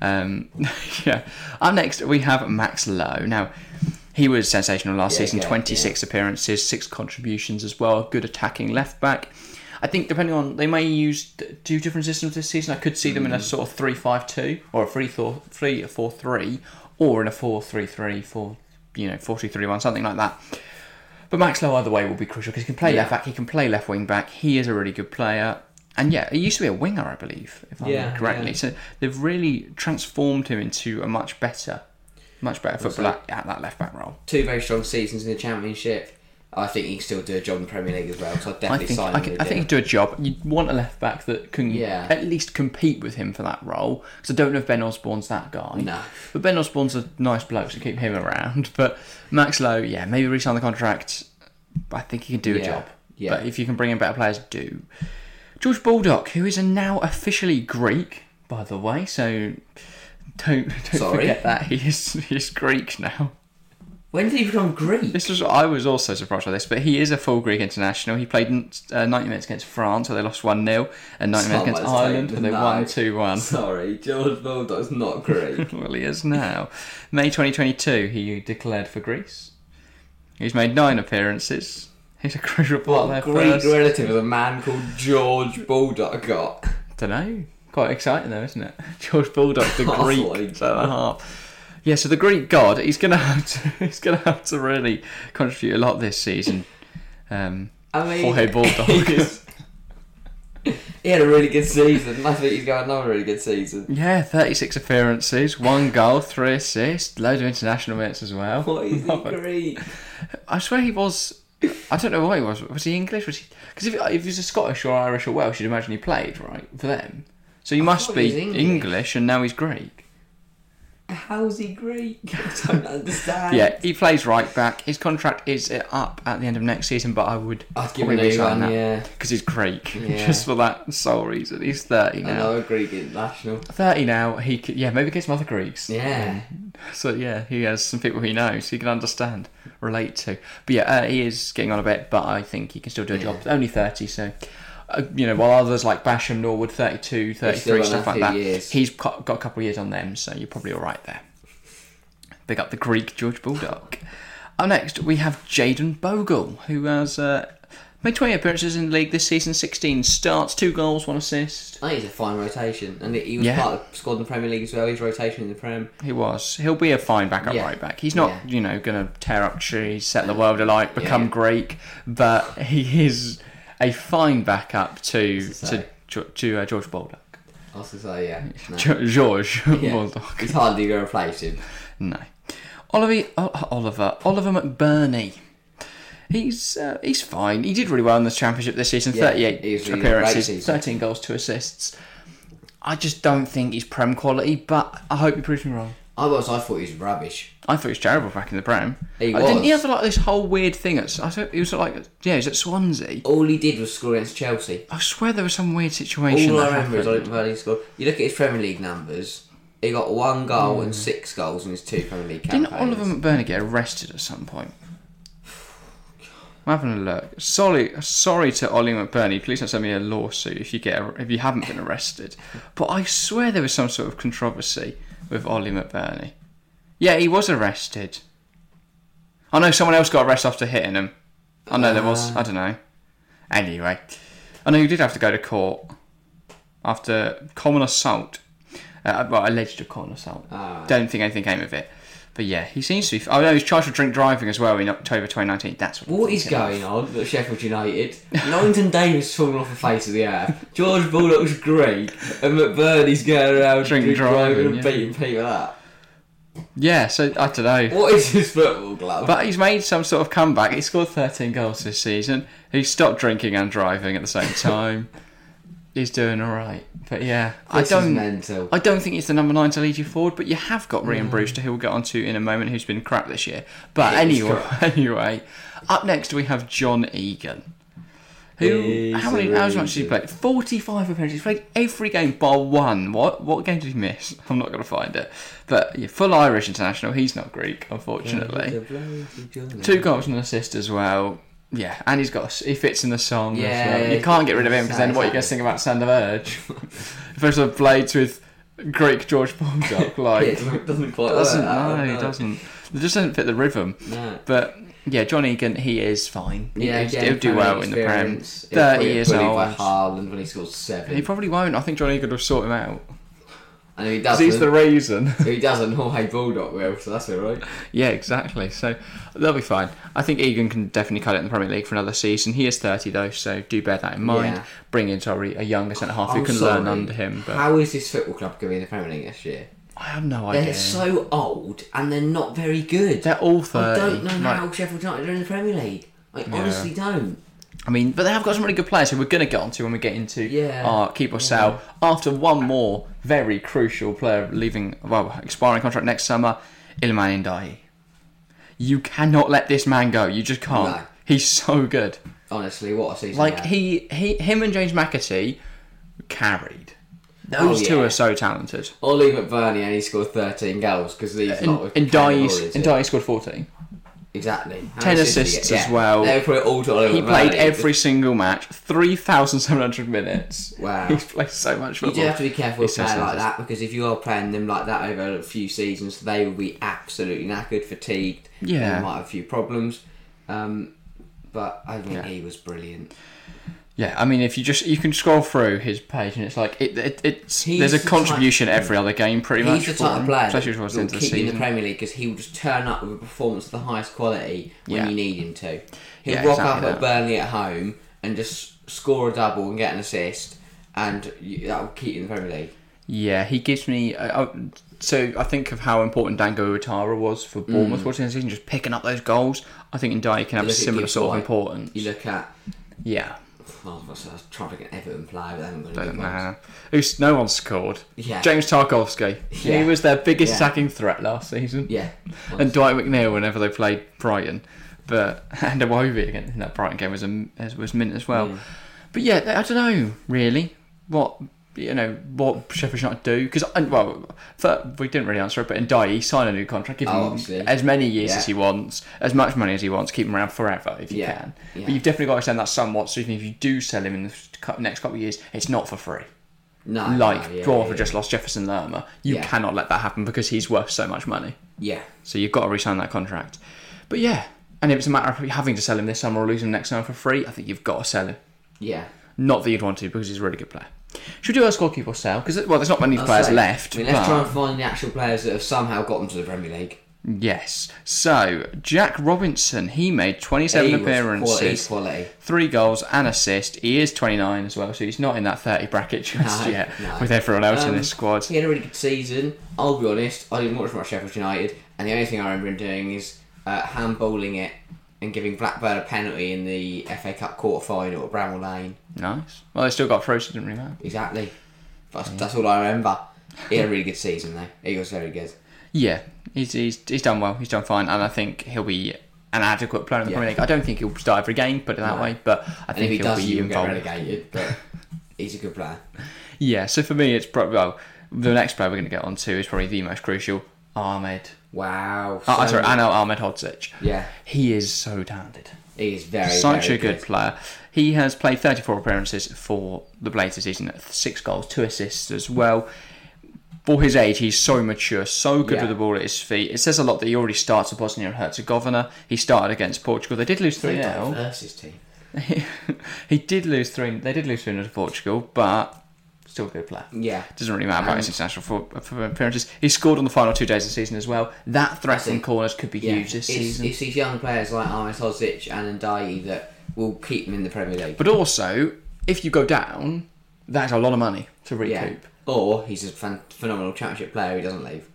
Speaker 1: Um, yeah. Up next, we have Max Lowe. Now, he was sensational last
Speaker 2: Yeah,
Speaker 1: season.
Speaker 2: yeah,
Speaker 1: Twenty six appearances, six contributions as well. Good attacking left back. I think depending on they may use d- two different systems this season. I could see them in a
Speaker 2: Mm.
Speaker 1: sort of three five two or a three four three four three or in a four three three four you know four two three one something like that. But Max Lowe either way will be crucial because he can play left back, he can play left wing back. He is a really good player, and yeah, he used to be a winger, I believe, if I
Speaker 2: Yeah,
Speaker 1: remember correctly.
Speaker 2: yeah.
Speaker 1: So they've really transformed him into a much better, much better footballer at, at that left back role.
Speaker 2: Two very strong seasons in the Championship. I think he can still do a job in the Premier League as well, so I'd
Speaker 1: I
Speaker 2: definitely
Speaker 1: think
Speaker 2: sign
Speaker 1: I,
Speaker 2: him.
Speaker 1: could,
Speaker 2: with
Speaker 1: I think
Speaker 2: him.
Speaker 1: he'd do a job. You'd want a left back that can
Speaker 2: Yeah.
Speaker 1: at least compete with him for that role. Because I don't know if Ben Osborne's that guy.
Speaker 2: No.
Speaker 1: but Ben Osborne's a nice bloke, so keep him around. But Max Lowe, yeah, maybe re-sign the contract. I think he can do a
Speaker 2: Yeah,
Speaker 1: job.
Speaker 2: yeah.
Speaker 1: But if you can bring in better players, do. George Baldock, who is now officially Greek, by the way, so don't don't
Speaker 2: Sorry.
Speaker 1: forget that he is he is Greek now.
Speaker 2: When did he become Greek?
Speaker 1: This was I was also surprised by this, but he is a full Greek international. He played uh, 90 minutes against France, where they lost 1 0, and 90 minutes against
Speaker 2: Someone's
Speaker 1: Ireland, where
Speaker 2: taken
Speaker 1: they
Speaker 2: the
Speaker 1: won
Speaker 2: knife.
Speaker 1: 2 1.
Speaker 2: Sorry, George Bulldog's not Greek.
Speaker 1: Well, he is now. May 2022, he declared for Greece. He's made nine appearances. He's a crucial part
Speaker 2: What
Speaker 1: of their
Speaker 2: Greek
Speaker 1: first.
Speaker 2: relative is a man called George Bulldog got?
Speaker 1: don't know. Quite exciting though, isn't it? George Bulldog, the
Speaker 2: Oh my
Speaker 1: Greek centre half. Yeah, so the Greek god, he's gonna have to, he's gonna have to really contribute a lot this season. Um,
Speaker 2: I mean,
Speaker 1: Jorge Bulldog.
Speaker 2: he is- he had a really good season. I think he's got another really good season.
Speaker 1: Yeah, 36 appearances, one goal, three assists, loads of international minutes as well.
Speaker 2: What is he
Speaker 1: No,
Speaker 2: Greek?
Speaker 1: I swear he was. I don't know what he was. Was he English? Was he? Because if, if he was a Scottish or Irish or Welsh, you'd imagine he played right for them. So you must
Speaker 2: thought
Speaker 1: be
Speaker 2: he was
Speaker 1: English.
Speaker 2: English.
Speaker 1: and now he's Greek.
Speaker 2: How's he Greek? I don't understand.
Speaker 1: Yeah, he plays right back. His contract is uh, up at the end of next season, but I would
Speaker 2: I'd give him a new one, yeah.
Speaker 1: because he's Greek,
Speaker 2: Yeah.
Speaker 1: just for that sole reason. He's thirty now.
Speaker 2: Another Greek international.
Speaker 1: Thirty now. He could, yeah maybe get some other Greeks.
Speaker 2: Yeah.
Speaker 1: So yeah, he has some people he knows he can understand, relate to. But yeah, uh, he is getting on a bit, but I think he can still do a job. Only thirty, so uh, you know, while others like Basham, Norwood, 32,
Speaker 2: still
Speaker 1: 33,
Speaker 2: got
Speaker 1: stuff
Speaker 2: another
Speaker 1: like that,
Speaker 2: few years.
Speaker 1: he's got, got a couple of years on them, so you're probably all right there. Big up the Greek George Bulldog. Up next, we have Jaden Bogle, who has uh, made 20 appearances in the league this season, 16 starts, two goals, one assist.
Speaker 2: I think he's a fine rotation. And he was
Speaker 1: Yeah.
Speaker 2: part of the squad in the Premier League as well. He's rotation in the Prem.
Speaker 1: He was. He'll be a fine backup
Speaker 2: Yeah.
Speaker 1: right back. He's not,
Speaker 2: Yeah.
Speaker 1: you know, going to tear up trees, set the world alight, become
Speaker 2: yeah.
Speaker 1: Greek, but he is a fine backup to
Speaker 2: to
Speaker 1: to
Speaker 2: say.
Speaker 1: to, to uh, George Baldock.
Speaker 2: I was going to say, yeah. No.
Speaker 1: Jo- George
Speaker 2: Yeah.
Speaker 1: Baldock.
Speaker 2: He's hardly going to replace him.
Speaker 1: No. Oliver, O- Oliver, Oliver McBurney. He's uh, he's fine. He did really well in the championship this season.
Speaker 2: Yeah,
Speaker 1: Thirty-eight
Speaker 2: he's really
Speaker 1: appearances,
Speaker 2: great season.
Speaker 1: thirteen goals, two assists. I just don't think he's prem quality, but I hope he proves me wrong.
Speaker 2: I was, I thought he was rubbish.
Speaker 1: I thought he was terrible back in the Prem.
Speaker 2: He
Speaker 1: Uh, Didn't
Speaker 2: was.
Speaker 1: he have like this whole weird thing? At, I thought he was at, like yeah, he was at Swansea.
Speaker 2: All he did was score against Chelsea.
Speaker 1: I swear there was some weird situation.
Speaker 2: All I
Speaker 1: that
Speaker 2: remember is Ollie
Speaker 1: happened.
Speaker 2: McBurney scored. You look at his Premier League numbers, he got one goal and six goals in his two Premier League campaigns.
Speaker 1: Mm. Didn't Oliver McBurney get arrested at some point? I'm having a look. Sorry, sorry to Ollie McBurney. Please don't send me a lawsuit if you get if you haven't been arrested. But I swear there was some sort of controversy with Ollie McBurney. Yeah, he was arrested. I know someone else got arrested after hitting him. I know there
Speaker 2: Uh.
Speaker 1: was. I don't know. Anyway, I know you did have to go to court after common assault. Uh, well, alleged common assault.
Speaker 2: Ah.
Speaker 1: Don't think anything came of it. But yeah, he seems to be. I know he's charged with drink driving as well in October 2019. That's what. I'm
Speaker 2: What is
Speaker 1: thinking of.
Speaker 2: going on at Sheffield United? Langton Davis falling off the face of the earth. George Bullock's Greek, and McBurney's going around
Speaker 1: Drink
Speaker 2: drink driving,
Speaker 1: driving,
Speaker 2: and
Speaker 1: yeah.
Speaker 2: beating people up.
Speaker 1: Yeah, so I don't know.
Speaker 2: What is his football club?
Speaker 1: But he's made some sort of comeback. He scored 13 goals this season. He stopped drinking and driving at the same time. he's doing all right. But yeah,
Speaker 2: this
Speaker 1: I
Speaker 2: is
Speaker 1: don't.
Speaker 2: mental.
Speaker 1: I don't think he's the number nine to lead you forward, but you have got Ryan Brewster, who we'll get onto in a moment, who's been crap this year. But
Speaker 2: Yeah, he's
Speaker 1: anyway, anyway, up next we have John Egan. Who? how
Speaker 2: He's
Speaker 1: many? How much did he
Speaker 2: amazing.
Speaker 1: play? Forty-five appearances. He's played every game bar one. What? What game did he miss? I'm not going to find it. But yeah, full Irish international. He's not Greek, unfortunately. Two goals and an assist as well. Yeah, and he's got he fits in the song. as
Speaker 2: Yeah,
Speaker 1: well. you
Speaker 2: yeah,
Speaker 1: can't get rid of him because then what are you going to
Speaker 2: exactly.
Speaker 1: sing about Sand of Urge? if there's a blades with Greek George Bulldog, like
Speaker 2: It doesn't, doesn't quite
Speaker 1: doesn't
Speaker 2: work. that
Speaker 1: no,
Speaker 2: one,
Speaker 1: he doesn't. It just doesn't fit the rhythm.
Speaker 2: No.
Speaker 1: But yeah, John Egan, he is fine. He-
Speaker 2: Yeah,
Speaker 1: he'll,
Speaker 2: again,
Speaker 1: he'll do
Speaker 2: Premier
Speaker 1: well
Speaker 2: League
Speaker 1: in the Prem.
Speaker 2: experience. He'll
Speaker 1: Thirty
Speaker 2: probably
Speaker 1: years
Speaker 2: get bullied
Speaker 1: old.
Speaker 2: by Haaland when he scores seven.
Speaker 1: He probably won't. I think John Egan will sort him out.
Speaker 2: and if he
Speaker 1: 'Cause
Speaker 2: doesn't,
Speaker 1: He's the reason.
Speaker 2: if he doesn't, Jorge Bulldog will, so that's all right.
Speaker 1: Yeah, exactly. So they'll be fine. I think Egan can definitely cut it in the Premier League for another season. He is 30 though, so do bear that in mind.
Speaker 2: Yeah.
Speaker 1: Bring in Torrey, a younger centre half who
Speaker 2: I'm
Speaker 1: can learn
Speaker 2: sorry.
Speaker 1: under him. But
Speaker 2: How is this football club going to be in the Premier League next year?
Speaker 1: I have no
Speaker 2: They're
Speaker 1: idea.
Speaker 2: so old and they're not very good.
Speaker 1: They're all
Speaker 2: I
Speaker 1: 30.
Speaker 2: don't know
Speaker 1: Like,
Speaker 2: how Sheffield United are in the Premier League. I honestly don't.
Speaker 1: I mean, but they have got some really good players who we're going to get onto when we get into
Speaker 2: Yeah.
Speaker 1: our keep or sell. After one more very crucial player leaving, well, expiring contract next summer, Ilman Ndiaye. You cannot let this man go. You just can't.
Speaker 2: No.
Speaker 1: He's so good.
Speaker 2: Honestly, what a season!
Speaker 1: Like
Speaker 2: they had.
Speaker 1: he, he, him and James McAtee carried.
Speaker 2: Oh,
Speaker 1: Those two
Speaker 2: yeah.
Speaker 1: are so talented.
Speaker 2: Ollie McBurney and he scored 13 goals because he's
Speaker 1: And,
Speaker 2: not. a
Speaker 1: and
Speaker 2: category,
Speaker 1: Dye's-
Speaker 2: is
Speaker 1: and
Speaker 2: he?
Speaker 1: Dye scored fourteen.
Speaker 2: exactly. How
Speaker 1: 10
Speaker 2: many assists did he
Speaker 1: assists
Speaker 2: get?
Speaker 1: as well.
Speaker 2: They were probably all to Ollie
Speaker 1: He
Speaker 2: McBurney.
Speaker 1: played every single match, three thousand seven hundred minutes.
Speaker 2: Wow.
Speaker 1: he's played so much
Speaker 2: You
Speaker 1: football.
Speaker 2: do have to be careful with
Speaker 1: It's so
Speaker 2: players like
Speaker 1: sensitive.
Speaker 2: that because if you are playing them like that over a few seasons, they will be absolutely knackered, fatigued. and
Speaker 1: Yeah.
Speaker 2: they might have a few problems. Um, but I think
Speaker 1: Yeah.
Speaker 2: he was brilliant.
Speaker 1: Yeah, I mean, if you just you can scroll through his page and it's like it, it it's
Speaker 2: He's
Speaker 1: there's a
Speaker 2: the
Speaker 1: contribution every other game pretty much.
Speaker 2: He's the
Speaker 1: for
Speaker 2: type
Speaker 1: him,
Speaker 2: of player
Speaker 1: especially
Speaker 2: that
Speaker 1: towards
Speaker 2: will
Speaker 1: the end of the
Speaker 2: keep you in the
Speaker 1: season.
Speaker 2: Premier League because he will just turn up with a performance of the highest quality when
Speaker 1: Yeah.
Speaker 2: you need him to. He'll
Speaker 1: Yeah,
Speaker 2: rock
Speaker 1: exactly
Speaker 2: up at Burnley at home and just score a double and get an assist, and you, that will keep you in the Premier League.
Speaker 1: Yeah, he gives me. Uh, uh, so I think of how important Dango Utara was for
Speaker 2: Mm.
Speaker 1: Bournemouth watching the season, just picking up those goals. I think Ndiaye can have a
Speaker 2: look at
Speaker 1: similar
Speaker 2: Gibbs
Speaker 1: sort of
Speaker 2: White.
Speaker 1: importance.
Speaker 2: You look at.
Speaker 1: Yeah,
Speaker 2: Oh, what's- I was trying to get Everton player, but they haven't got any
Speaker 1: don't
Speaker 2: good ones.
Speaker 1: know. Who's no one scored?
Speaker 2: Yeah.
Speaker 1: James Tarkovsky.
Speaker 2: Yeah.
Speaker 1: He was their biggest
Speaker 2: Yeah.
Speaker 1: attacking threat last season.
Speaker 2: Yeah.
Speaker 1: and Dwight McNeil whenever they played Brighton, but and Awobi again in that Brighton game was a as- was mint as
Speaker 2: Hmm.
Speaker 1: well. But yeah, I don't know really what you know what Sheffield United do because well for, we didn't really answer it, but in Dye he signed a new contract, give
Speaker 2: Oh,
Speaker 1: him
Speaker 2: obviously.
Speaker 1: as many years
Speaker 2: Yeah.
Speaker 1: as he wants, as much money as he wants, keep him around forever if you
Speaker 2: Yeah.
Speaker 1: can.
Speaker 2: Yeah.
Speaker 1: But you've definitely got to extend that somewhat. So even if you do sell him in the f- cou- next couple of years, it's not for free.
Speaker 2: no,
Speaker 1: Like
Speaker 2: no, Ah, yeah,
Speaker 1: Dwarf
Speaker 2: yeah,
Speaker 1: just lost Jefferson Lerma, you
Speaker 2: Yeah.
Speaker 1: cannot let that happen because he's worth so much money.
Speaker 2: Yeah.
Speaker 1: So you've got to re-sign that contract. But yeah, and if it's a matter of having to sell him this summer or lose him next summer for free, I think you've got to sell him.
Speaker 2: Yeah.
Speaker 1: Not that you'd want to because he's a really good player. Should we do our scorekeeper or sell? Because well, there's not many
Speaker 2: I'll
Speaker 1: players
Speaker 2: say,
Speaker 1: left.
Speaker 2: I mean, let's
Speaker 1: but-
Speaker 2: try and find the actual players that have somehow gotten to the Premier League.
Speaker 1: Yes. So Jack Robinson, he made 27
Speaker 2: He was
Speaker 1: appearances,
Speaker 2: Quality,
Speaker 1: three goals, and assist. He is 29 as well, so he's not in that 30 bracket just
Speaker 2: No,
Speaker 1: yet
Speaker 2: no.
Speaker 1: with everyone else in
Speaker 2: Um,
Speaker 1: this squad.
Speaker 2: quality. He had a really good season. I'll be honest, I didn't watch much Sheffield United, and the only thing I remember him doing is uh, handballing it and giving Blackburn a penalty in the FA Cup quarter final at Bramall Lane.
Speaker 1: Nice. Well, they still got through, so it didn't really matter.
Speaker 2: Exactly. That's, that's all I remember. He had a really good season, though. He was very good.
Speaker 1: Yeah, he's, he's he's done well. He's done fine, and I think he'll be an adequate player in the Premier League. I don't think he'll start every game, put it that
Speaker 2: No.
Speaker 1: way. But I
Speaker 2: And if
Speaker 1: think
Speaker 2: he
Speaker 1: will
Speaker 2: does,
Speaker 1: be
Speaker 2: he will get
Speaker 1: involved.
Speaker 2: relegated, but he's a good player.
Speaker 1: yeah. So for me, it's probably well. The next player we're going to get on to is probably the most crucial, Ahmed.
Speaker 2: Wow.
Speaker 1: Oh, I'm
Speaker 2: so-
Speaker 1: sorry, Anel Ahmed Hodzic.
Speaker 2: Yeah,
Speaker 1: He is so talented.
Speaker 2: he is very,
Speaker 1: Such
Speaker 2: very
Speaker 1: a good player. He has played 34 appearances for the Blades this season, six goals, two assists as well. For his age, he's so mature, so good
Speaker 2: Yeah.
Speaker 1: with the ball at his feet. It says a lot that he already starts at Bosnia and Herzegovina. He started against Portugal. They did lose three 0
Speaker 2: Versus team.
Speaker 1: He did lose three. They did lose three 0 to Portugal, but still a good player.
Speaker 2: Yeah.
Speaker 1: Doesn't really matter about his international for, for appearances. He scored on the final two days of the season as well. That threat from corners could be
Speaker 2: Yeah,
Speaker 1: huge this
Speaker 2: it's,
Speaker 1: season.
Speaker 2: it's these young players like Ahmed Hodzic and Ndiaye that will keep them in the Premier League.
Speaker 1: But also, if you go down, that's a lot of money to recoup.
Speaker 2: yeah.
Speaker 1: Yeah,
Speaker 2: Or he's a phen- phenomenal championship player who doesn't leave.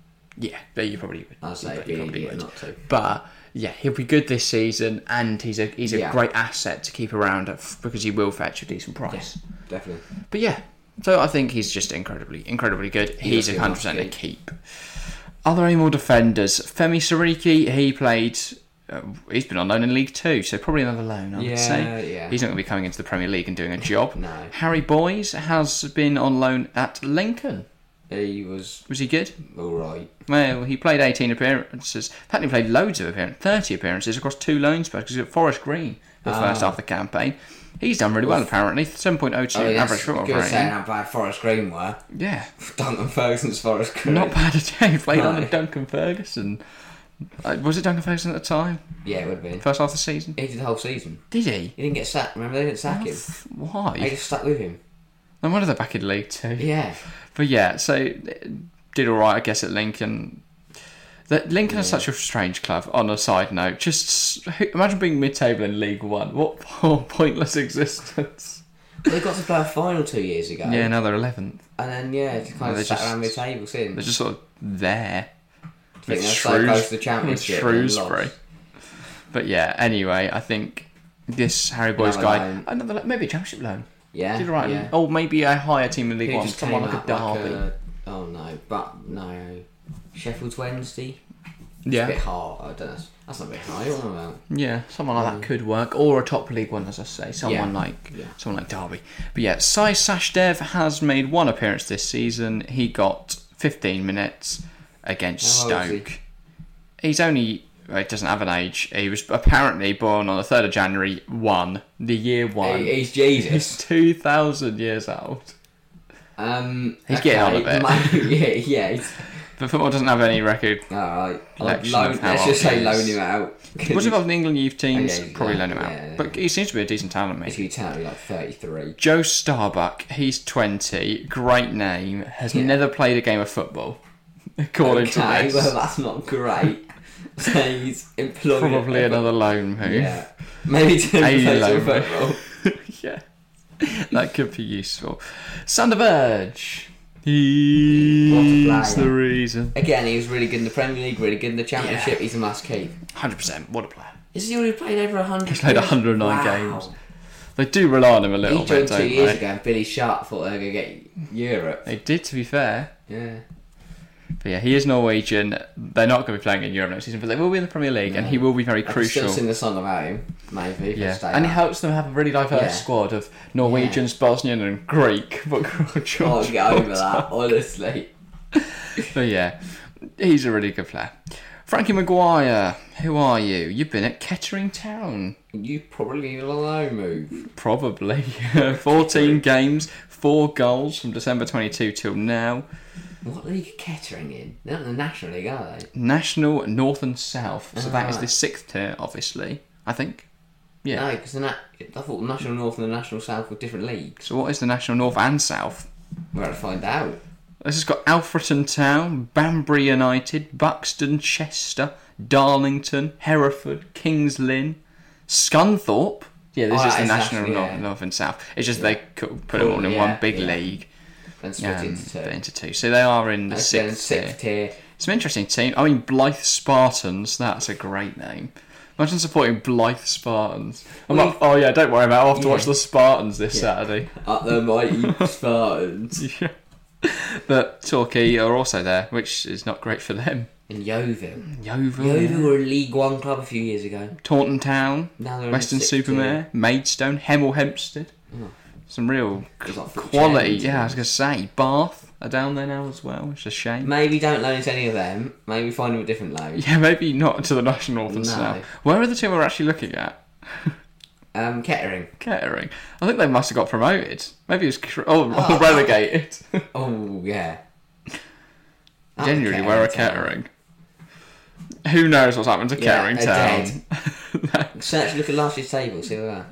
Speaker 1: but you probably would.
Speaker 2: I'd say
Speaker 1: you
Speaker 2: it'd be
Speaker 1: probably,
Speaker 2: an
Speaker 1: probably
Speaker 2: idiot
Speaker 1: would.
Speaker 2: not to.
Speaker 1: But yeah, he'll be good this season, and he's a he's a
Speaker 2: Yeah.
Speaker 1: great asset to keep around at, because he will fetch a decent price.
Speaker 2: Definitely.
Speaker 1: But yeah, so I think he's just incredibly incredibly good. he's
Speaker 2: must
Speaker 1: a
Speaker 2: be a
Speaker 1: hundred percent a
Speaker 2: must
Speaker 1: keep. Are there any more defenders? Femi Sariki, he played. Uh, he's been on loan in League Two, so probably another loan. I
Speaker 2: Yeah,
Speaker 1: would say
Speaker 2: yeah.
Speaker 1: he's not going to be coming into the Premier League and doing a job.
Speaker 2: No.
Speaker 1: Harry Boys has been on loan at Lincoln.
Speaker 2: He was
Speaker 1: Was he good?
Speaker 2: alright.
Speaker 1: Well, he played 18 appearances. Apparently, played loads of appearances, 30 appearances across two loan spells because he was at Forest Green for the
Speaker 2: Ah.
Speaker 1: first half of the campaign. He's done really well, apparently. 7.02
Speaker 2: I mean,
Speaker 1: average
Speaker 2: that's
Speaker 1: football
Speaker 2: Oh, good saying
Speaker 1: rating.
Speaker 2: how bad Forest Green were.
Speaker 1: Yeah,
Speaker 2: Duncan Ferguson's Forest Green.
Speaker 1: not bad at all. He played
Speaker 2: No.
Speaker 1: under Duncan Ferguson. Uh, was it Duncan Ferguson at the time?
Speaker 2: Yeah, it would have been.
Speaker 1: First half of the season?
Speaker 2: He did the whole season.
Speaker 1: Did he?
Speaker 2: He didn't get sacked. Remember, they didn't sack him. They
Speaker 1: Why?
Speaker 2: just stuck with him.
Speaker 1: No wonder they're back in League Two.
Speaker 2: Yeah.
Speaker 1: But yeah, so uh, did all right, I guess, at Lincoln. That Lincoln is such a strange club. On a side note, just s- who- imagine being mid-table in League One. What poor pointless existence.
Speaker 2: they got to play a final two years ago.
Speaker 1: Yeah, now they're eleventh.
Speaker 2: And then, yeah, just kind
Speaker 1: No,
Speaker 2: of
Speaker 1: they
Speaker 2: sat
Speaker 1: just-
Speaker 2: around the table since.
Speaker 1: They're just sort of there.
Speaker 2: I think
Speaker 1: with
Speaker 2: they're so
Speaker 1: Shrews-
Speaker 2: close to the
Speaker 1: with
Speaker 2: championship. and
Speaker 1: Shrewsbury.
Speaker 2: lost.
Speaker 1: But yeah, anyway, I think this Harry Boys
Speaker 2: Another
Speaker 1: guy,
Speaker 2: loan.
Speaker 1: another lo- maybe a championship loan.
Speaker 2: Yeah.
Speaker 1: Did all right.
Speaker 2: Yeah.
Speaker 1: Or maybe a higher team in League
Speaker 2: Who
Speaker 1: One.
Speaker 2: just
Speaker 1: Someone
Speaker 2: came
Speaker 1: like a
Speaker 2: out
Speaker 1: Derby.
Speaker 2: a- oh no, but no. Sheffield's Wednesday.
Speaker 1: yeah,
Speaker 2: A bit hard. I don't know. That's not a bit hard. What am I about?
Speaker 1: Yeah, someone like that could work, or a top league one, as I say, someone
Speaker 2: Yeah.
Speaker 1: like
Speaker 2: Yeah.
Speaker 1: someone like Derby. But yeah, Sai Sashdev has made one appearance this season. He got 15 minutes against
Speaker 2: How old is he?
Speaker 1: Stoke. He's only well, he doesn't have an age. He was apparently born on the third of January one, the year one.
Speaker 2: He- He's
Speaker 1: He's
Speaker 2: Jesus.
Speaker 1: two thousand years old.
Speaker 2: Um,
Speaker 1: He's getting on a bit.
Speaker 2: bit. yeah, yeah. He's,
Speaker 1: But football doesn't have any record.
Speaker 2: all right.
Speaker 1: Collection
Speaker 2: Loan-
Speaker 1: of how
Speaker 2: let's just
Speaker 1: old he
Speaker 2: say loan
Speaker 1: is.
Speaker 2: him out.
Speaker 1: Was involved in the England youth teams?
Speaker 2: Okay,
Speaker 1: Probably
Speaker 2: yeah,
Speaker 1: loan him out.
Speaker 2: yeah, yeah.
Speaker 1: But he seems to be a decent talent, mate.
Speaker 2: If you tell me like thirty-three.
Speaker 1: Joe Starbuck, he's 20, great name, has
Speaker 2: Yeah.
Speaker 1: never played a game of football, according to
Speaker 2: Okay,
Speaker 1: this.
Speaker 2: well that's not great. so he's employed.
Speaker 1: Probably another loan move.
Speaker 2: Yeah. Maybe to
Speaker 1: A
Speaker 2: play some
Speaker 1: loan
Speaker 2: football.
Speaker 1: move. yeah. That could be useful. Sander Verge, He's
Speaker 2: player.
Speaker 1: the reason.
Speaker 2: Again, he was really good in the Premier League, really good in the Championship.
Speaker 1: Yeah.
Speaker 2: He's a must keep.
Speaker 1: 100%. What a player.
Speaker 2: Is he already played over 100? He's
Speaker 1: played 109 games. They do rely on him a little
Speaker 2: He
Speaker 1: bit,
Speaker 2: joined
Speaker 1: don't
Speaker 2: two years
Speaker 1: they?
Speaker 2: ago and Billy Sharp thought they were going to get Europe.
Speaker 1: They did, to be fair.
Speaker 2: Yeah.
Speaker 1: But yeah, he is Norwegian. They're not going to be playing in Europe next season, but they will be in the Premier League, and he will be very
Speaker 2: I
Speaker 1: crucial.
Speaker 2: can still sing the song about him, maybe. if I
Speaker 1: Yeah,
Speaker 2: stay
Speaker 1: and he
Speaker 2: up.
Speaker 1: helps them have a really diverse
Speaker 2: Yeah.
Speaker 1: squad of Norwegians, Bosnian, and Greek. But
Speaker 2: Can't Oh, get over that, honestly.
Speaker 1: But yeah, he's a really good player. Frankie Maguire, who are you? You've been at Kettering Town,
Speaker 2: You probably need a low move.
Speaker 1: probably. 14 games, 4 goals from December 22 till now.
Speaker 2: What league are Kettering in? They're not in the National League, are they?
Speaker 1: National, North and South. So that is
Speaker 2: Alright.
Speaker 1: the sixth tier, obviously, I think. Yeah.
Speaker 2: No, because I thought National North and the National South were different leagues.
Speaker 1: So what is the National North and South?
Speaker 2: We're going to find out.
Speaker 1: This has got Alfreton Town, Banbury United, Buxton, Chester, Darlington, Hereford, Kings Lynn, Scunthorpe. Yeah, this
Speaker 2: Oh,
Speaker 1: is the
Speaker 2: it's
Speaker 1: National
Speaker 2: actually,
Speaker 1: North,
Speaker 2: yeah.
Speaker 1: North and South. It's just they co- put them
Speaker 2: Cool,
Speaker 1: all in
Speaker 2: yeah,
Speaker 1: one big
Speaker 2: yeah.
Speaker 1: league
Speaker 2: And split
Speaker 1: um,
Speaker 2: into two.
Speaker 1: but into two. So they are in the
Speaker 2: That's then
Speaker 1: sixth tier.
Speaker 2: sixth tier.
Speaker 1: It's an interesting team. I mean, Blythe Spartans. That's a great name. Imagine supporting Blythe Spartans. I'm
Speaker 2: Well,
Speaker 1: like, oh yeah, don't worry about. it. I'll have to watch
Speaker 2: Yeah.
Speaker 1: the Spartans this Saturday.
Speaker 2: Up the mighty Spartans.
Speaker 1: Yeah. But Torquay are also there, which is not great for them.
Speaker 2: And Yeovil.
Speaker 1: Yeovil,
Speaker 2: Yeovil were a League One club a few years ago.
Speaker 1: Taunton Town,
Speaker 2: Now they're
Speaker 1: Western
Speaker 2: in the sixth tier.
Speaker 1: Supermare, Maidstone, Hemel Hempstead.
Speaker 2: Oh.
Speaker 1: Some real
Speaker 2: There's like four
Speaker 1: quality.
Speaker 2: chains.
Speaker 1: Yeah, I was gonna say Bath are down there now as well, which is a shame.
Speaker 2: Maybe don't loan to any of them. Maybe find them a different loan.
Speaker 1: yeah, maybe not to the National North and
Speaker 2: No.
Speaker 1: South. Where are the two we're actually looking at?
Speaker 2: Um, Kettering.
Speaker 1: Kettering. I think they must have got promoted. Maybe it was cr- oh, or relegated.
Speaker 2: Oh yeah. Up the
Speaker 1: Genuinely, where are
Speaker 2: Town.
Speaker 1: Kettering? Who knows what's happened to
Speaker 2: Yeah,
Speaker 1: Kettering
Speaker 2: they're
Speaker 1: Town?
Speaker 2: Search. Look at last year's table. See where.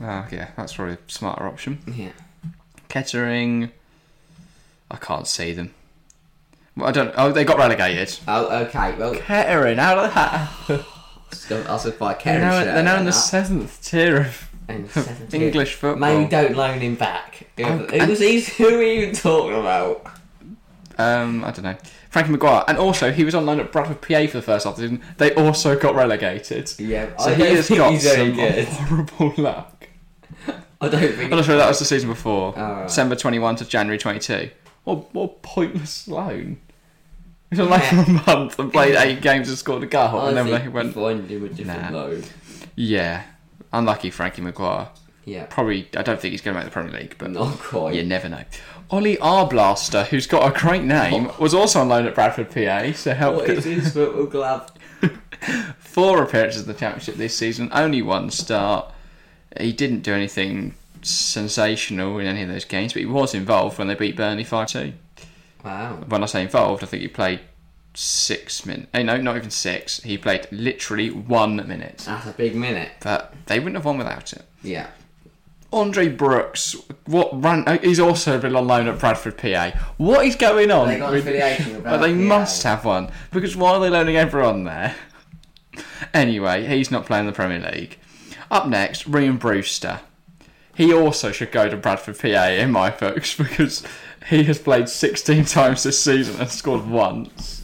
Speaker 1: oh, yeah, that's probably a smarter option.
Speaker 2: they are. Yeah.
Speaker 1: Kettering. I can't see them. Well, I don't. Oh, they got relegated.
Speaker 2: Oh okay. Well,
Speaker 1: Kettering out of that.
Speaker 2: still- I'll just buy
Speaker 1: They're
Speaker 2: Kettering.
Speaker 1: now,
Speaker 2: shirt
Speaker 1: they're now in the
Speaker 2: then, up.
Speaker 1: seventh tier of
Speaker 2: In the seventh tier.
Speaker 1: English football.
Speaker 2: Maybe don't loan him back.
Speaker 1: Oh,
Speaker 2: Who was he? Who are you talking about?
Speaker 1: Um, I don't know. Frankie Maguire, and also he was on loan at Bradford PA for the first half of the season. They also got relegated.
Speaker 2: Yeah,
Speaker 1: So
Speaker 2: I
Speaker 1: he
Speaker 2: don't
Speaker 1: has
Speaker 2: think
Speaker 1: got
Speaker 2: he's very
Speaker 1: some
Speaker 2: good.
Speaker 1: horrible luck.
Speaker 2: I don't think.
Speaker 1: I'm not sure that was the season before.
Speaker 2: Alright.
Speaker 1: December 21 to January 22. What, what a pointless loan. He was on
Speaker 2: Yeah.
Speaker 1: loan for a month and played eight games and scored a goal.
Speaker 2: I
Speaker 1: and then
Speaker 2: think
Speaker 1: they went,
Speaker 2: you find him a different
Speaker 1: Nah.
Speaker 2: loan.
Speaker 1: yeah, unlucky Frankie Maguire.
Speaker 2: Yeah,
Speaker 1: Probably, I don't think he's going to make the Premier League, but
Speaker 2: not quite.
Speaker 1: you never know. Ollie Arblaster, who's got a great name, was also on loan at Bradford PA, so helped
Speaker 2: What
Speaker 1: get
Speaker 2: is his football glove?
Speaker 1: four appearances in the championship this season, only one start. He didn't do anything sensational in any of those games, but he was involved when they beat Burnley five two.
Speaker 2: Wow.
Speaker 1: When I say involved, I think he played six minutes. No, not even six. He played literally one minute,
Speaker 2: That's a big minute.
Speaker 1: but they wouldn't have won without it.
Speaker 2: Yeah.
Speaker 1: Andre Brooks, what ran? uh, He's also been on loan at Bradford, PA. What is going on?
Speaker 2: They got an
Speaker 1: with-
Speaker 2: affiliation with
Speaker 1: But they
Speaker 2: Bradford PA.
Speaker 1: must have one because why are they loaning everyone there? Anyway, he's not playing the Premier League. Up next, Ryan Brewster. He also should go to Bradford, PA, in my books, because he has played 16 times this season and scored once.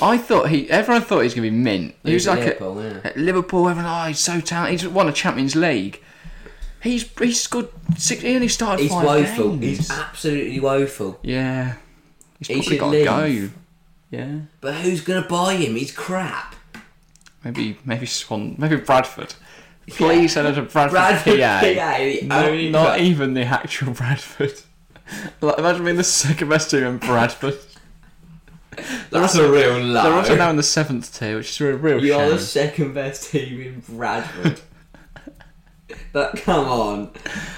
Speaker 1: I thought he. Everyone thought he was going to be mint. He was
Speaker 2: at
Speaker 1: like
Speaker 2: Liverpool,
Speaker 1: a,
Speaker 2: yeah.
Speaker 1: at Liverpool. Everyone, oh, he's so talented. He's won a Champions League. He's he's scored six. He only started
Speaker 2: He's
Speaker 1: five
Speaker 2: woeful.
Speaker 1: games.
Speaker 2: He's absolutely woeful.
Speaker 1: yeah, he's
Speaker 2: He
Speaker 1: probably
Speaker 2: should
Speaker 1: got to
Speaker 2: leave.
Speaker 1: go. Yeah.
Speaker 2: But who's gonna buy him? He's crap.
Speaker 1: Maybe maybe Swan maybe Bradford. Please send it to Bradford,
Speaker 2: Bradford
Speaker 1: PA.
Speaker 2: PA, the
Speaker 1: No,
Speaker 2: only
Speaker 1: not
Speaker 2: club.
Speaker 1: even the actual Bradford. Like, imagine being the second best team in Bradford.
Speaker 2: That's a real low.
Speaker 1: They're also now in the seventh tier, which is a real
Speaker 2: You're the
Speaker 1: shame.
Speaker 2: second best team in Bradford. but come on,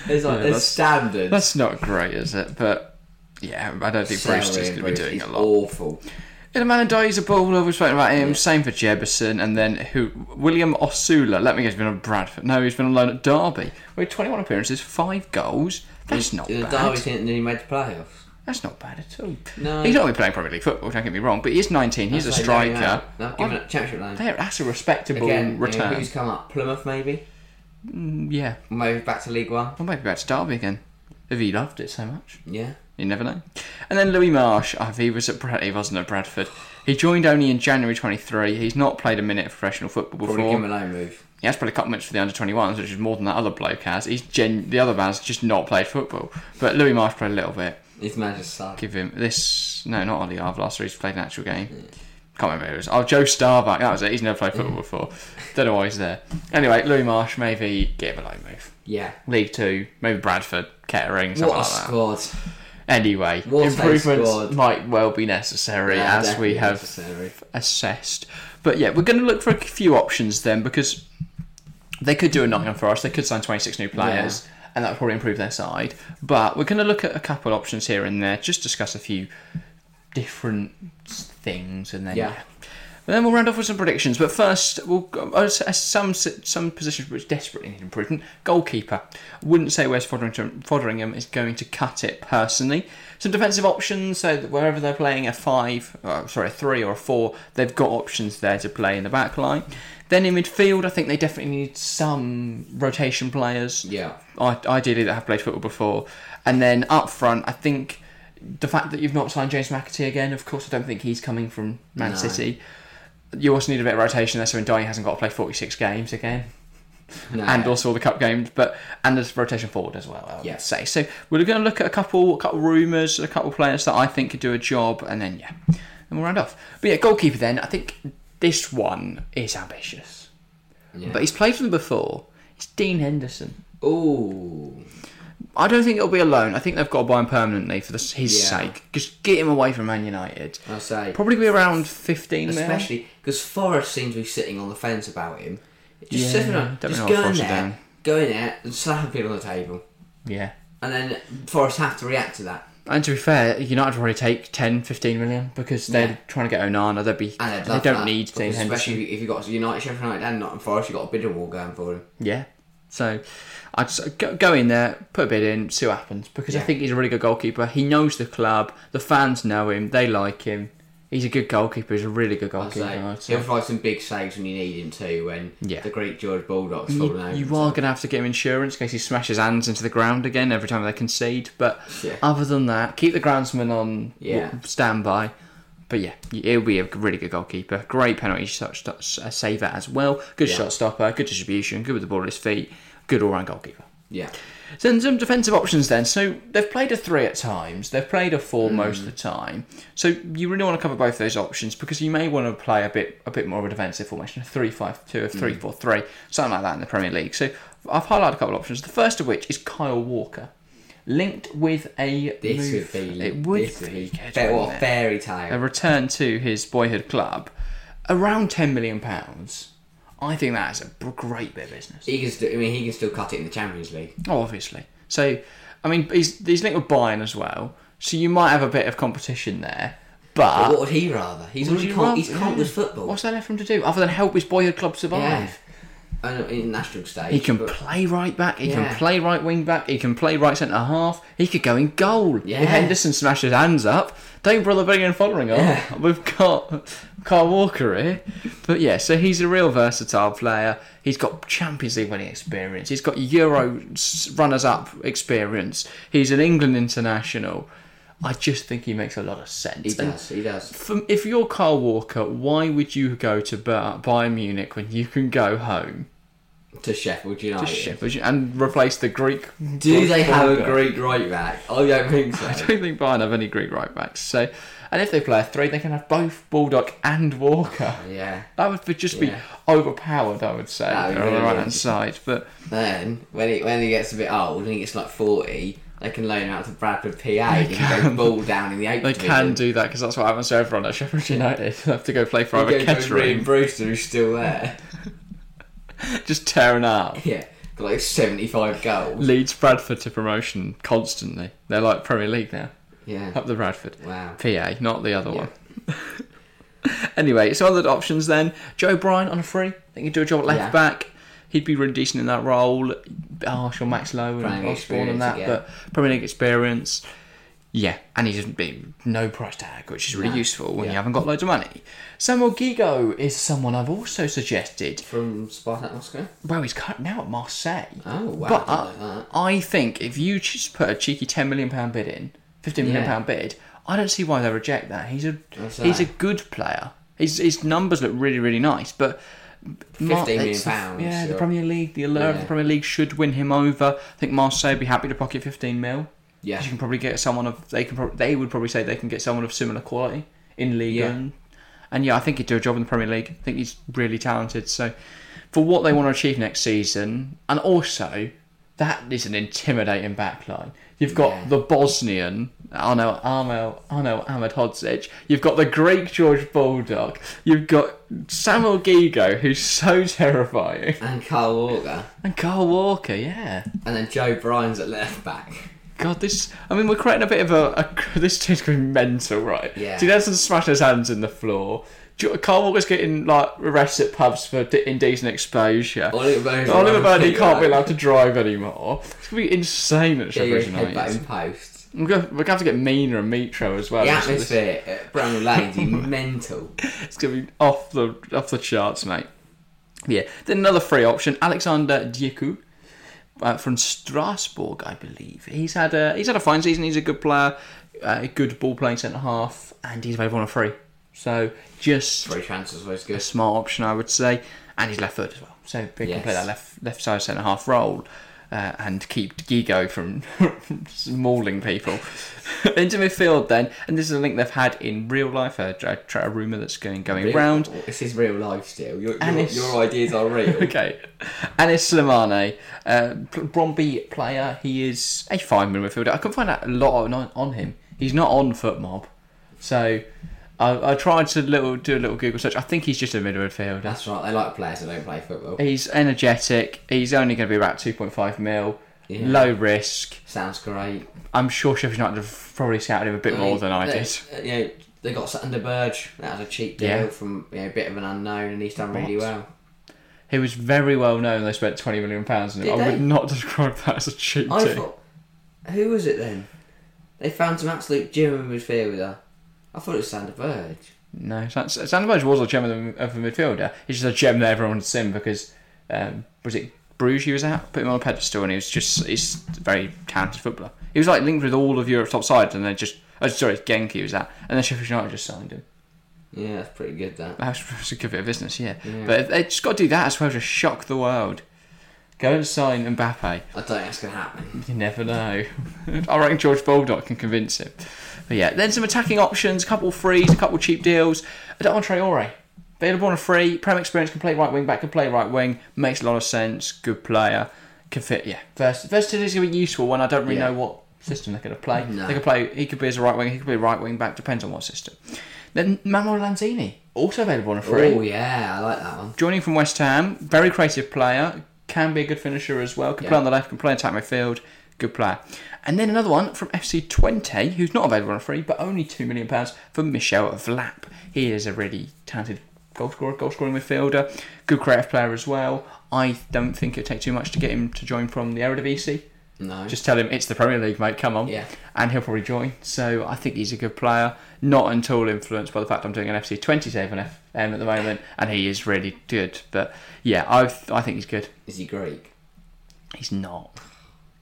Speaker 2: there's like
Speaker 1: Yeah,
Speaker 2: there's
Speaker 1: that's-
Speaker 2: standards.
Speaker 1: That's not great, is it? But yeah, I don't think
Speaker 2: Salary
Speaker 1: Brewster's going to be
Speaker 2: increase
Speaker 1: doing
Speaker 2: is
Speaker 1: a lot.
Speaker 2: Awful.
Speaker 1: And Amanda Dye's a baller. We've spoken about him.
Speaker 2: Yeah.
Speaker 1: Same for Jebison, and then who? William Osula. Let me guess, he's been on Bradford. No, he's been on loan at Derby. With 21 appearances, five goals. That's not
Speaker 2: The
Speaker 1: bad.
Speaker 2: Derby team nearly made the playoffs.
Speaker 1: That's not bad at all.
Speaker 2: No.
Speaker 1: He's not going to be playing Premier League football, don't get me wrong, but he is 19, he's a
Speaker 2: That's like loaning
Speaker 1: striker.
Speaker 2: out. No, giving up championship loan.
Speaker 1: There, that's a respectable
Speaker 2: Again, you know,
Speaker 1: return.
Speaker 2: who's come up? Plymouth maybe?
Speaker 1: yeah.
Speaker 2: Maybe back to League One?
Speaker 1: Well, maybe back to Derby again. If he loved it so much.
Speaker 2: Yeah.
Speaker 1: You never know. And then Louis Marsh, I he was at Brad, he wasn't at Bradford. He joined only in January 23. He's not played a minute of professional football before.
Speaker 2: Probably give him a loan move.
Speaker 1: He has played a couple minutes for the under 21s, which is more than that other bloke has. He's gen- the other man's just not played football. But Louis Marsh played a little bit.
Speaker 2: His manager's sad.
Speaker 1: Give him this. No, not Ollie Arvlasser. He's played an actual game. Can't remember who it was. Oh, Joe Starbuck. That was it. He's never played football before. Don't know why he's there. Anyway, Louis Marsh, maybe give him a loan move.
Speaker 2: Yeah.
Speaker 1: League Two, maybe Bradford, Kettering, something
Speaker 2: What
Speaker 1: like
Speaker 2: a
Speaker 1: that.
Speaker 2: squad.
Speaker 1: Anyway,
Speaker 2: What a
Speaker 1: improvements
Speaker 2: squad.
Speaker 1: might well be necessary
Speaker 2: Yeah,
Speaker 1: as
Speaker 2: Oh, definitely
Speaker 1: we have
Speaker 2: necessary.
Speaker 1: assessed. But yeah, we're going to look for a few options then because they could do a knock on for us. They could sign 26 new players, and that would probably improve their side. But we're going to look at a couple options here and there, just discuss a few different things, and then
Speaker 2: Yeah.
Speaker 1: And then we'll round off with some predictions, but first, we'll uh, some some positions which desperately need improvement. Goalkeeper, wouldn't say Wes Fotheringham, Fotheringham is going to cut it personally. Some defensive options, so that wherever they're playing a five, uh, sorry, a three or a four, they've got options there to play in the back line. Then in midfield, I think they definitely need some rotation players
Speaker 2: Yeah.
Speaker 1: i- ideally that have played football before. And then up front, I think the fact that you've not signed James McAtee again, of course, I don't think he's coming from Man
Speaker 2: No.
Speaker 1: City. You also need a bit of rotation there, so Ndiaye hasn't got to play 46 games again,
Speaker 2: No.
Speaker 1: and also all the cup games, but and there's rotation forward as well. I would
Speaker 2: Yeah.
Speaker 1: say. So we're going to look at a couple, a couple rumours, a couple players that I think could do a job, and then yeah, and we'll round off. But yeah, goalkeeper. Then I think this one is ambitious,
Speaker 2: Yeah.
Speaker 1: but he's played for them before. It's Dean Henderson.
Speaker 2: Ooh.
Speaker 1: I don't think it'll be alone. I think they've got to buy him permanently for this, his
Speaker 2: Yeah.
Speaker 1: sake. Just get him away from Man United.
Speaker 2: I'll say.
Speaker 1: Probably be around 15 mil.
Speaker 2: Especially because Forrest seems to be sitting on the fence about him. Just
Speaker 1: Yeah,
Speaker 2: sitting on,
Speaker 1: don't
Speaker 2: just
Speaker 1: know what
Speaker 2: go in
Speaker 1: Forrest
Speaker 2: there,
Speaker 1: is doing.
Speaker 2: go in there and slap people on the table,
Speaker 1: Yeah.
Speaker 2: and then Forrest have to react to that.
Speaker 1: And to be fair, United would probably take 10, 15 million because they're
Speaker 2: Yeah.
Speaker 1: trying to get Onana. They'd be,
Speaker 2: And I'd
Speaker 1: they
Speaker 2: love
Speaker 1: don't
Speaker 2: that,
Speaker 1: need Dean
Speaker 2: because
Speaker 1: Henderson.
Speaker 2: Especially if you've got United, Sheffield United, and Nottingham Forest, you've got a bidding war going for him.
Speaker 1: Yeah. So I'd s- go, go in there, put a bid in, see what happens because I
Speaker 2: Yeah.
Speaker 1: think he's a really good goalkeeper. He knows the club. The fans know him. They like him. He's a good goalkeeper. He's a really good
Speaker 2: I'd
Speaker 1: goalkeeper.
Speaker 2: say.
Speaker 1: I'd say.
Speaker 2: He'll provide some big saves when you need him to, when
Speaker 1: Yeah.
Speaker 2: the Greek George Bulldogs falling
Speaker 1: You,
Speaker 2: over.
Speaker 1: you are going to have to get him insurance in case he smashes hands into the ground again every time they concede. But
Speaker 2: Yeah.
Speaker 1: other than that, keep the groundsman on
Speaker 2: Yeah.
Speaker 1: standby. But yeah, he'll be a really good goalkeeper. Great penalty shot, shot uh, saver as well. Good
Speaker 2: Yeah.
Speaker 1: shot stopper. Good distribution. Good with the ball at his feet. Good all round goalkeeper.
Speaker 2: Yeah.
Speaker 1: So then some defensive options then. So they've played a three at times. They've played a four
Speaker 2: Hmm.
Speaker 1: most of the time. So you really want to cover both those options because you may want to play a bit a bit more of a defensive formation, a three five two, a
Speaker 2: Hmm.
Speaker 1: three four three, something like that in the Premier League. So I've highlighted a couple of options. The first of which is Kyle Walker, linked with a move.
Speaker 2: This would be.
Speaker 1: it would
Speaker 2: this
Speaker 1: be good,
Speaker 2: Fair,
Speaker 1: wouldn't
Speaker 2: what a
Speaker 1: it?
Speaker 2: fairy
Speaker 1: a
Speaker 2: tale.
Speaker 1: return to his boyhood club, around ten million pounds. I think that is a b- great bit of business.
Speaker 2: He can still, I mean, he can still cut it in the Champions League.
Speaker 1: Oh, obviously. So, I mean, he's, he's linked with Bayern as well, so you might have a bit of competition there. But
Speaker 2: what would he rather? He's
Speaker 1: Ah. Would
Speaker 2: already
Speaker 1: you
Speaker 2: con-
Speaker 1: rather-
Speaker 2: he's can't with football.
Speaker 1: what's there left for him to do other than help his boyhood club survive?
Speaker 2: Yeah. And in national stage.
Speaker 1: He can
Speaker 2: but-
Speaker 1: play right back. He
Speaker 2: Yeah.
Speaker 1: can play right wing back. He can play right centre half. He could go in goal.
Speaker 2: Yeah.
Speaker 1: If Henderson smashes hands up, don't bother bringing and following on.
Speaker 2: Yeah.
Speaker 1: We've got Carl Walker here. But yeah, so he's a real versatile player. He's got Champions League winning experience. He's got Euro s- runners-up experience. He's an England international. I just think he makes a lot of sense.
Speaker 2: He
Speaker 1: And
Speaker 2: does. He does.
Speaker 1: from, if you're Carl Walker, why would you go to Ber- Bayern Munich when you can go home?
Speaker 2: To Sheffield United.
Speaker 1: Sheffield and replace the Greek.
Speaker 2: Do they have a
Speaker 1: Walker.
Speaker 2: Greek right back? I don't think
Speaker 1: I
Speaker 2: so.
Speaker 1: don't think Bayern have any Greek right backs. So, and if they play a three, they can have both Baldock and Walker.
Speaker 2: yeah.
Speaker 1: That would be- just be
Speaker 2: Yeah.
Speaker 1: overpowered, I would say,
Speaker 2: That'd be
Speaker 1: on the
Speaker 2: really
Speaker 1: right
Speaker 2: good.
Speaker 1: hand side. But
Speaker 2: Then when he when he gets a bit old and he gets like forty, they can loan him out to Bradford PA and go ball down in the eighth
Speaker 1: they
Speaker 2: division.
Speaker 1: can do that because that's what happens to everyone at Sheffield United. They have to go play for
Speaker 2: You
Speaker 1: either
Speaker 2: go to Ian
Speaker 1: Kettering,
Speaker 2: Brewster who's still there.
Speaker 1: just tearing up.
Speaker 2: yeah. Got like seventy five goals.
Speaker 1: Leads Bradford to promotion constantly. They're like Premier League now.
Speaker 2: Yeah.
Speaker 1: Up the Bradford.
Speaker 2: Wow.
Speaker 1: PA, not the other one. anyway, so other options then. Joe Bryan on a free. I think he'd do a job at left
Speaker 2: Yeah.
Speaker 1: back. He'd be really decent in that role. A bit Harsh on Max Lowe and
Speaker 2: Premier
Speaker 1: Osborne and
Speaker 2: experience
Speaker 1: that,
Speaker 2: again.
Speaker 1: but Premier League experience. Yeah, and he's be no price tag, which is really
Speaker 2: No.
Speaker 1: useful when you
Speaker 2: Yeah.
Speaker 1: haven't got loads of money. Samuel Gigo is someone I've also suggested.
Speaker 2: From Spartak Moscow.
Speaker 1: Well, he's cut now at Marseille.
Speaker 2: Oh wow.
Speaker 1: But uh,
Speaker 2: I didn't know that.
Speaker 1: I think if you just put a cheeky ten million pound bid in fifteen million
Speaker 2: Yeah.
Speaker 1: pound bid. I don't see why they reject that. He's a
Speaker 2: That's
Speaker 1: he's a
Speaker 2: right.
Speaker 1: good player. His his numbers look really really nice, but. Mar-
Speaker 2: 15 million
Speaker 1: it's the-
Speaker 2: pounds,
Speaker 1: Yeah, the
Speaker 2: yeah.
Speaker 1: Premier League, the allure of the
Speaker 2: Yeah.
Speaker 1: Premier League should win him over. I think Marseille would be happy to pocket 15 mil.
Speaker 2: Yeah.
Speaker 1: You can probably get someone of they can prob- they would probably say they can get someone of similar quality in league
Speaker 2: Yeah.
Speaker 1: and and yeah, I think he'd do a job in the Premier League. I think he's really talented. So for what they want to achieve next season, and also that is an intimidating backline. You've got
Speaker 2: Yeah.
Speaker 1: the Bosnian Arno Arno Arno Ahmed Hodzic. You've got the Greek George Bulldog. You've got Samuel Gigo, who's so terrifying,
Speaker 2: And Carl Walker.
Speaker 1: and Carl Walker. Yeah.
Speaker 2: And then Joe Bryan's at left back.
Speaker 1: God, this. I mean, we're creating a bit of a. a this team's going to be mental, right?
Speaker 2: Yeah.
Speaker 1: Tedesco's smashing his hands in the floor. Jo- Carl Walker's getting like arrested at pubs for d- indecent exposure.
Speaker 2: Oliver Bowden's
Speaker 1: Oliver
Speaker 2: allowed
Speaker 1: Bowden
Speaker 2: to
Speaker 1: can't be
Speaker 2: drive.
Speaker 1: allowed to drive anymore. It's going to be insane at
Speaker 2: Get your
Speaker 1: Sheffield
Speaker 2: head back
Speaker 1: United.
Speaker 2: in post.
Speaker 1: We're going to have to get Mina and Mitro as well.
Speaker 2: The
Speaker 1: It's- it's-
Speaker 2: atmosphere at Bramall Lane's is mental.
Speaker 1: It's gonna be off the off the charts, mate. Yeah. Then another free option, Alexander Dieku. Uh, from Strasbourg, I believe he's had a he's had a fine season. He's a good player, uh, a good ball playing centre half, and he's available on a free. So just
Speaker 2: Free transfers was
Speaker 1: a
Speaker 2: good.
Speaker 1: smart option, I would say, and he's left foot as well. So he can
Speaker 2: Yes.
Speaker 1: play that left left side centre half role uh, and keep Gigo from mauling people into midfield. Then, and this is a link they've had in real life, a, a, a rumor that's going going round.
Speaker 2: This is real life still. Your,
Speaker 1: And
Speaker 2: your,
Speaker 1: it's-
Speaker 2: your ideas are real.
Speaker 1: Okay, Anis Slimane, uh, Bromby player. He is a fine midfielder. I can find out a lot on, on him. He's not on FootMob, so I, I tried to little do a little Google search. I think he's just a midfielder.
Speaker 2: That's right. They like players that don't play football.
Speaker 1: He's energetic. He's only going to be about 2.5 mil.
Speaker 2: Yeah.
Speaker 1: Low risk.
Speaker 2: Sounds great.
Speaker 1: I'm sure Sheffield United have probably scouted him a bit more than I
Speaker 2: they, uh,
Speaker 1: did.
Speaker 2: You know, they got Sander Burge. That was a cheap deal
Speaker 1: Yeah.
Speaker 2: from you know, a bit of an unknown, and he's done really
Speaker 1: What?
Speaker 2: well.
Speaker 1: He was very well known. They spent 20 million pounds on him.
Speaker 2: Did
Speaker 1: I
Speaker 2: they?
Speaker 1: would not describe that as a cheap
Speaker 2: I
Speaker 1: deal.
Speaker 2: thought, who was it then? They found some absolute German midfielder. I thought it was Sander Burge.
Speaker 1: No, San- Sandberg was a gem of the, of the midfielder. He's just a gem that everyone's seen because um, was it Bruges he was at? Put him on a pedestal and he was just he's a very talented footballer. He was like linked with all of Europe's top sides and then just oh sorry Genk he was at and then Sheffield United just signed him.
Speaker 2: Yeah, that's pretty good. That
Speaker 1: That was- was a good bit of business, yeah.
Speaker 2: Yeah.
Speaker 1: But they just got to do that as well to shock the world. Go and sign Mbappe.
Speaker 2: I don't think that's gonna happen.
Speaker 1: You never know. I reckon George Baldock can convince him. But yeah, then some attacking options, a couple frees, a couple cheap deals. I don't want Traore. Available on a free, prem experience, can play right wing back, can play right wing, makes a lot of sense, good player, can fit, yeah. Vers- versatility is going to be useful when I don't really
Speaker 2: Yeah.
Speaker 1: know what system they're going to play.
Speaker 2: No.
Speaker 1: They could play, he could be as a right wing, he could be a right wing back, depends on what system. Then Manuel Lanzini, also available on a free
Speaker 2: Oh yeah, I like that one.
Speaker 1: joining from West Ham, very creative player, can be a good finisher as well, can play
Speaker 2: Yeah.
Speaker 1: on the left, can play attack midfield, good player. And then another one from FC Twente, who's not available on a free, but only £2 million for Michel Vlap. He is a really talented goal scorer, goal scoring midfielder, good creative player as well. I don't think it'd take too much to get him to join from the Eredivisie.
Speaker 2: No,
Speaker 1: Just tell him it's the Premier League, mate. Come on,
Speaker 2: Yeah.
Speaker 1: and he'll probably join. So I think he's a good player. Not at all influenced by the fact I'm doing an FC 27 FM at the moment, and he is really good. But yeah, I I think he's good.
Speaker 2: is he Greek?
Speaker 1: He's not.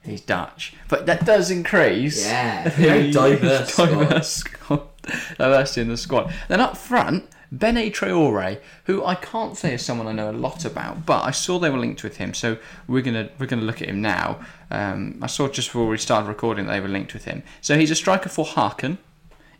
Speaker 1: He's Dutch, but that does increase.
Speaker 2: Yeah, very diverse squad.
Speaker 1: diverse squad. diversity in the squad. Then up front, Bene Traore, who I can't say is someone I know a lot about, but I saw they were linked with him, so we're gonna we're gonna look at him now. Um, I saw just before we started recording that they were linked with him. So he's a striker for Harken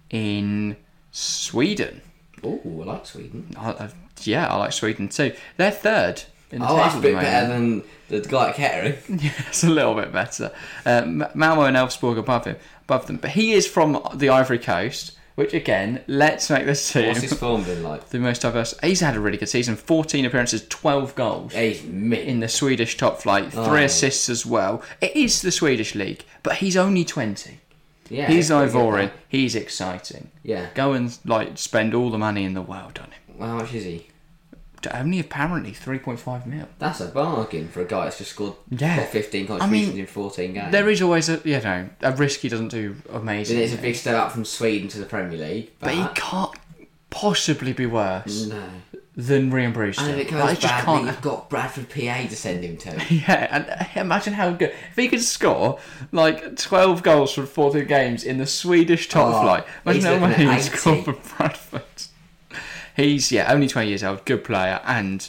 Speaker 1: in Sweden.
Speaker 2: Oh, I like Sweden.
Speaker 1: I, I, yeah, I like Sweden too. They're third. In the
Speaker 2: Oh, that's
Speaker 1: table at the
Speaker 2: a bit
Speaker 1: moment.
Speaker 2: better than the guy at Kettering.
Speaker 1: Yeah, it's a little bit better. Uh, M- Malmo and Elfsborg above him, above them, but he is from the Ivory Coast, which again, let's make this team
Speaker 2: What's his form been like?
Speaker 1: the most diverse. He's had a really good season: fourteen appearances, twelve goals
Speaker 2: He's mint.
Speaker 1: in the Swedish top flight, three
Speaker 2: Oh.
Speaker 1: assists as well. It is the Swedish league, but he's only twenty.
Speaker 2: Yeah,
Speaker 1: He's
Speaker 2: pretty good,
Speaker 1: Ivorian.
Speaker 2: that.
Speaker 1: He's exciting.
Speaker 2: Yeah.
Speaker 1: Go and like spend all the money in the world on him.
Speaker 2: How much is he?
Speaker 1: Only apparently three point five mil.
Speaker 2: That's a bargain for a guy that's just scored
Speaker 1: Yeah.
Speaker 2: got 15 contributions
Speaker 1: mean,
Speaker 2: in 14 games.
Speaker 1: There is always a you know a risk he doesn't do amazing.
Speaker 2: And it's a big step up from Sweden to the Premier League. But, Mm.
Speaker 1: But he can't possibly be worse.
Speaker 2: no.
Speaker 1: than Ryan Brewster.
Speaker 2: And if it goes
Speaker 1: I
Speaker 2: badly,
Speaker 1: just can't.
Speaker 2: you've got Bradford PA to send him to.
Speaker 1: Yeah, and uh, imagine how good if he could score like twelve goals from fourteen games in the Swedish top
Speaker 2: Oh,
Speaker 1: flight. Imagine
Speaker 2: he's
Speaker 1: how many
Speaker 2: looking at
Speaker 1: he's scored
Speaker 2: 80.
Speaker 1: for Bradford. He's yeah, only twenty years old, good player, and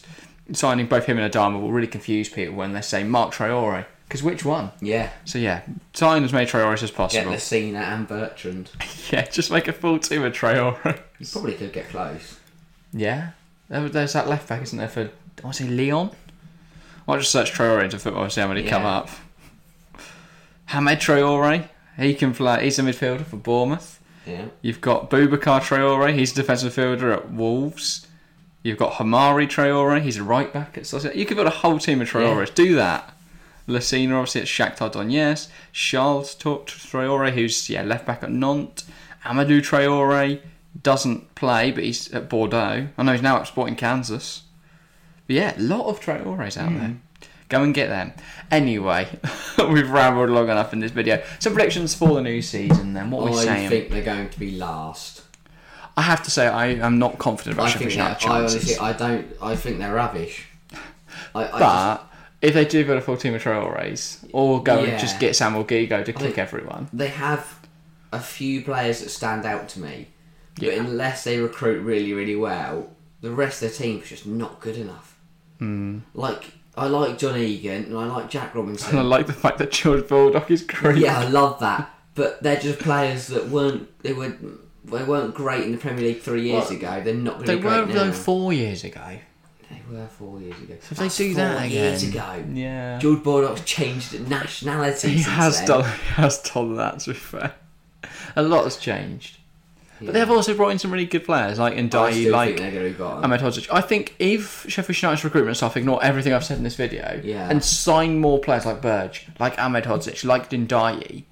Speaker 1: signing both him and Adama will really confuse people when they say Mark Traore because which one?
Speaker 2: Yeah.
Speaker 1: So yeah, sign as many Traores as
Speaker 2: Get
Speaker 1: possible.
Speaker 2: Messina and Bertrand.
Speaker 1: yeah, just make a full team of Traore.
Speaker 2: You probably could get close.
Speaker 1: Yeah. There- There's that left back, isn't there, for, I want to say Leon? I'll just search Traore into football and see how many come
Speaker 2: Yeah.
Speaker 1: up. Hamed Traore, he can play, he's a midfielder for Bournemouth.
Speaker 2: Yeah.
Speaker 1: You've got Boubacar Traore, he's a defensive midfielder at Wolves. You've got Hamari Traore, he's a right back at Sociedad. You could build a whole team of Traores. Do that. Lucina, obviously, at Shakhtar Donetsk. Charles Ta- Traore, who's yeah left back at Nantes. Amadou Traore doesn't play, but he's at Bordeaux. I know he's now at Sporting Kansas. But yeah, a lot of Traores out
Speaker 2: Hmm.
Speaker 1: there. Go and get them. Anyway, we've rambled long enough in this video. Some predictions for the new season. Then what are we
Speaker 2: I
Speaker 1: saying?
Speaker 2: think they're going to be last.
Speaker 1: I have to say I am not confident about
Speaker 2: I
Speaker 1: Sheffield
Speaker 2: think
Speaker 1: United
Speaker 2: they're, I honestly,
Speaker 1: chances.
Speaker 2: I don't. I think they're rubbish. I, I just,
Speaker 1: but if they do build a full team of Trailways, or go and
Speaker 2: Yeah.
Speaker 1: just get Samuel Gigo to kick
Speaker 2: think-
Speaker 1: everyone,
Speaker 2: they have a few players that stand out to me, but
Speaker 1: Yeah.
Speaker 2: unless they recruit really, really well, the rest of the team is just not good enough.
Speaker 1: Hmm.
Speaker 2: Mm. Like I like John Egan and I like Jack
Speaker 1: and I
Speaker 2: Robinson.
Speaker 1: like the fact that George Baldock is great.
Speaker 2: yeah, I love that. But they're just players that weren't. They were. They weren't great in the Premier League three years
Speaker 1: Well,
Speaker 2: ago. They're not going to
Speaker 1: they
Speaker 2: be
Speaker 1: were
Speaker 2: great now.
Speaker 1: though four years ago.
Speaker 2: They were four years ago.
Speaker 1: If they
Speaker 2: That's
Speaker 1: do
Speaker 2: four
Speaker 1: that
Speaker 2: years
Speaker 1: again-
Speaker 2: ago.
Speaker 1: Yeah.
Speaker 2: George Bordock's changed nationality.
Speaker 1: He
Speaker 2: since
Speaker 1: has
Speaker 2: then.
Speaker 1: done. He has done that. To be fair, a lot has changed. But they have also brought in some really good players, like
Speaker 2: I
Speaker 1: Ndiaye,
Speaker 2: still
Speaker 1: like
Speaker 2: think they're going to be bottom.
Speaker 1: Ahmed Hodzic. I think if Sheffield United's recruitment staff ignore everything I've said in this video
Speaker 2: Yeah.
Speaker 1: and sign more players like Burge, like Ahmed Hodzic, like Dindayi,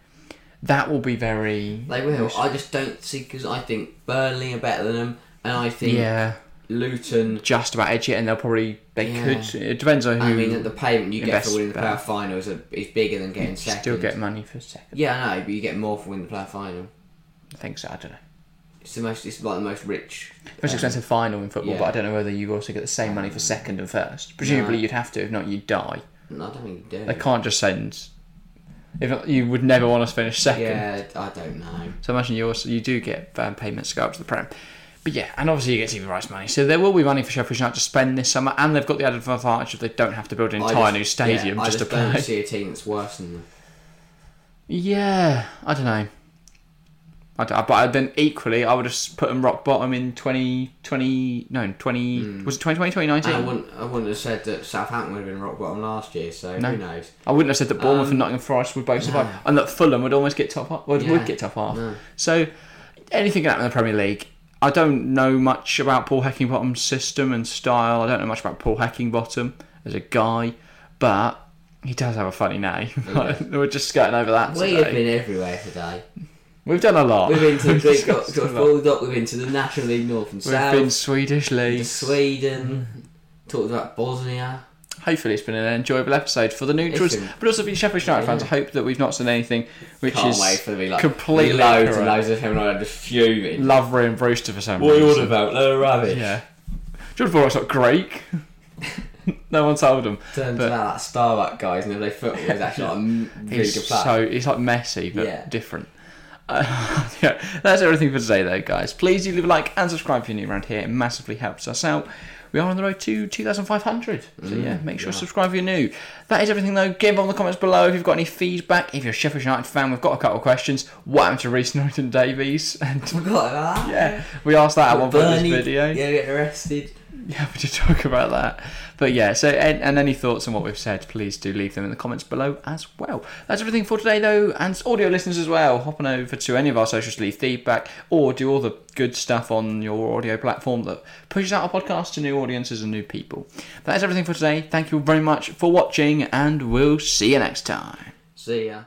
Speaker 1: that will be very.
Speaker 2: They will. I just don't see because I think Burnley are better than them, and I think
Speaker 1: Yeah,
Speaker 2: Luton.
Speaker 1: just about edge it, and they'll probably they
Speaker 2: Yeah.
Speaker 1: could. It depends on who.
Speaker 2: I mean, the payment you get
Speaker 1: Invest
Speaker 2: for winning the
Speaker 1: better.
Speaker 2: playoff final is, a, is bigger than getting second.
Speaker 1: still get money for second.
Speaker 2: Yeah, I know, but you get more for winning the playoff final.
Speaker 1: I think so. I don't know.
Speaker 2: It's the most. It's like the most rich. Um,
Speaker 1: Most expensive final in football,
Speaker 2: yeah. Um,
Speaker 1: but I don't know whether you also get the same money for second and first. Presumably, you'd have to. If not, you'd die.
Speaker 2: No, I don't think you do.
Speaker 1: They can't just send. If not, you would never want us to finish second.
Speaker 2: yeah, I don't know.
Speaker 1: So I imagine you also you do get um, payments to go up to the Prem. But yeah, and obviously you get TV rights money, so there will be money for Sheffield United to spend this summer, and they've got the added advantage of they don't have to build an
Speaker 2: I
Speaker 1: entire
Speaker 2: just-
Speaker 1: new stadium
Speaker 2: yeah,
Speaker 1: just,
Speaker 2: I just
Speaker 1: to
Speaker 2: don't
Speaker 1: play.
Speaker 2: see a team that's worse than them.
Speaker 1: Yeah, I don't know. I don't, but then equally, I would have s- put them rock bottom in 2020, no, 20, was it 2020,
Speaker 2: And Hmm. I
Speaker 1: 2019?
Speaker 2: wouldn't. I wouldn't have said that Southampton would have been rock bottom last year. So who knows?
Speaker 1: I wouldn't have said that Bournemouth
Speaker 2: Um,
Speaker 1: and Nottingham Forest would both survive, and that Fulham would almost get top half. Would, would
Speaker 2: Yeah.
Speaker 1: get top half.
Speaker 2: No.
Speaker 1: So anything can happen in the Premier League. I don't know much about Paul Heckingbottom's system and style. I don't know much about Paul Heckingbottom as a guy, but he does have a funny name.
Speaker 2: Oh,
Speaker 1: We're just skirting over that
Speaker 2: We
Speaker 1: today.
Speaker 2: have been everywhere today.
Speaker 1: We've done a lot.
Speaker 2: We've been to the
Speaker 1: We've
Speaker 2: Greek
Speaker 1: discussed a
Speaker 2: George
Speaker 1: lot.
Speaker 2: Bulldog. We've been to the National League North and
Speaker 1: We've
Speaker 2: South.
Speaker 1: been Swedish
Speaker 2: to
Speaker 1: league.
Speaker 2: Sweden.
Speaker 1: Mm-hmm.
Speaker 2: Talked about Bosnia.
Speaker 1: Hopefully, it's been an enjoyable episode for the neutrals,
Speaker 2: been-
Speaker 1: but also for you Sheffield United fans. I hope that we've not seen anything which
Speaker 2: Can't
Speaker 1: is
Speaker 2: wait for me like
Speaker 1: completely
Speaker 2: loads
Speaker 1: correct.
Speaker 2: and loads of him and I just fuming.
Speaker 1: love Ryan Brewster for some
Speaker 2: What are you
Speaker 1: reason.
Speaker 2: on about? Load of rubbish.
Speaker 1: Yeah. George Borok's not Greek. no one told him.
Speaker 2: Turns
Speaker 1: But-
Speaker 2: out that Starbuck guys and they football is actually like a m- really
Speaker 1: He's
Speaker 2: good player.
Speaker 1: so he's like Messi but
Speaker 2: Yeah.
Speaker 1: different. Uh, yeah, that's everything for today, though, guys. Please do leave a like and subscribe if you're new around here. It massively helps us out. We are on the road to 2,500. So
Speaker 2: Mm,
Speaker 1: yeah, make sure to subscribe if you're new. That is everything, though. Give on the comments below if you've got any feedback. If you're a Sheffield United fan, we've got a couple of questions. What happened to Reece Norton Davies? And
Speaker 2: Forgot about that.
Speaker 1: yeah, we asked that at one point in
Speaker 2: Bernie,
Speaker 1: this video.
Speaker 2: yeah, get arrested.
Speaker 1: Yeah, we did talk about that. But yeah, so and, and any thoughts on what we've said, please do leave them in the comments below as well. That's everything for today, though, and audio listeners as well. Hop on over to any of our socials, to leave feedback, or do all the good stuff on your audio platform that pushes out our podcast to new audiences and new people. That is everything for today. Thank you very much for watching, and we'll see you next time.
Speaker 2: See ya.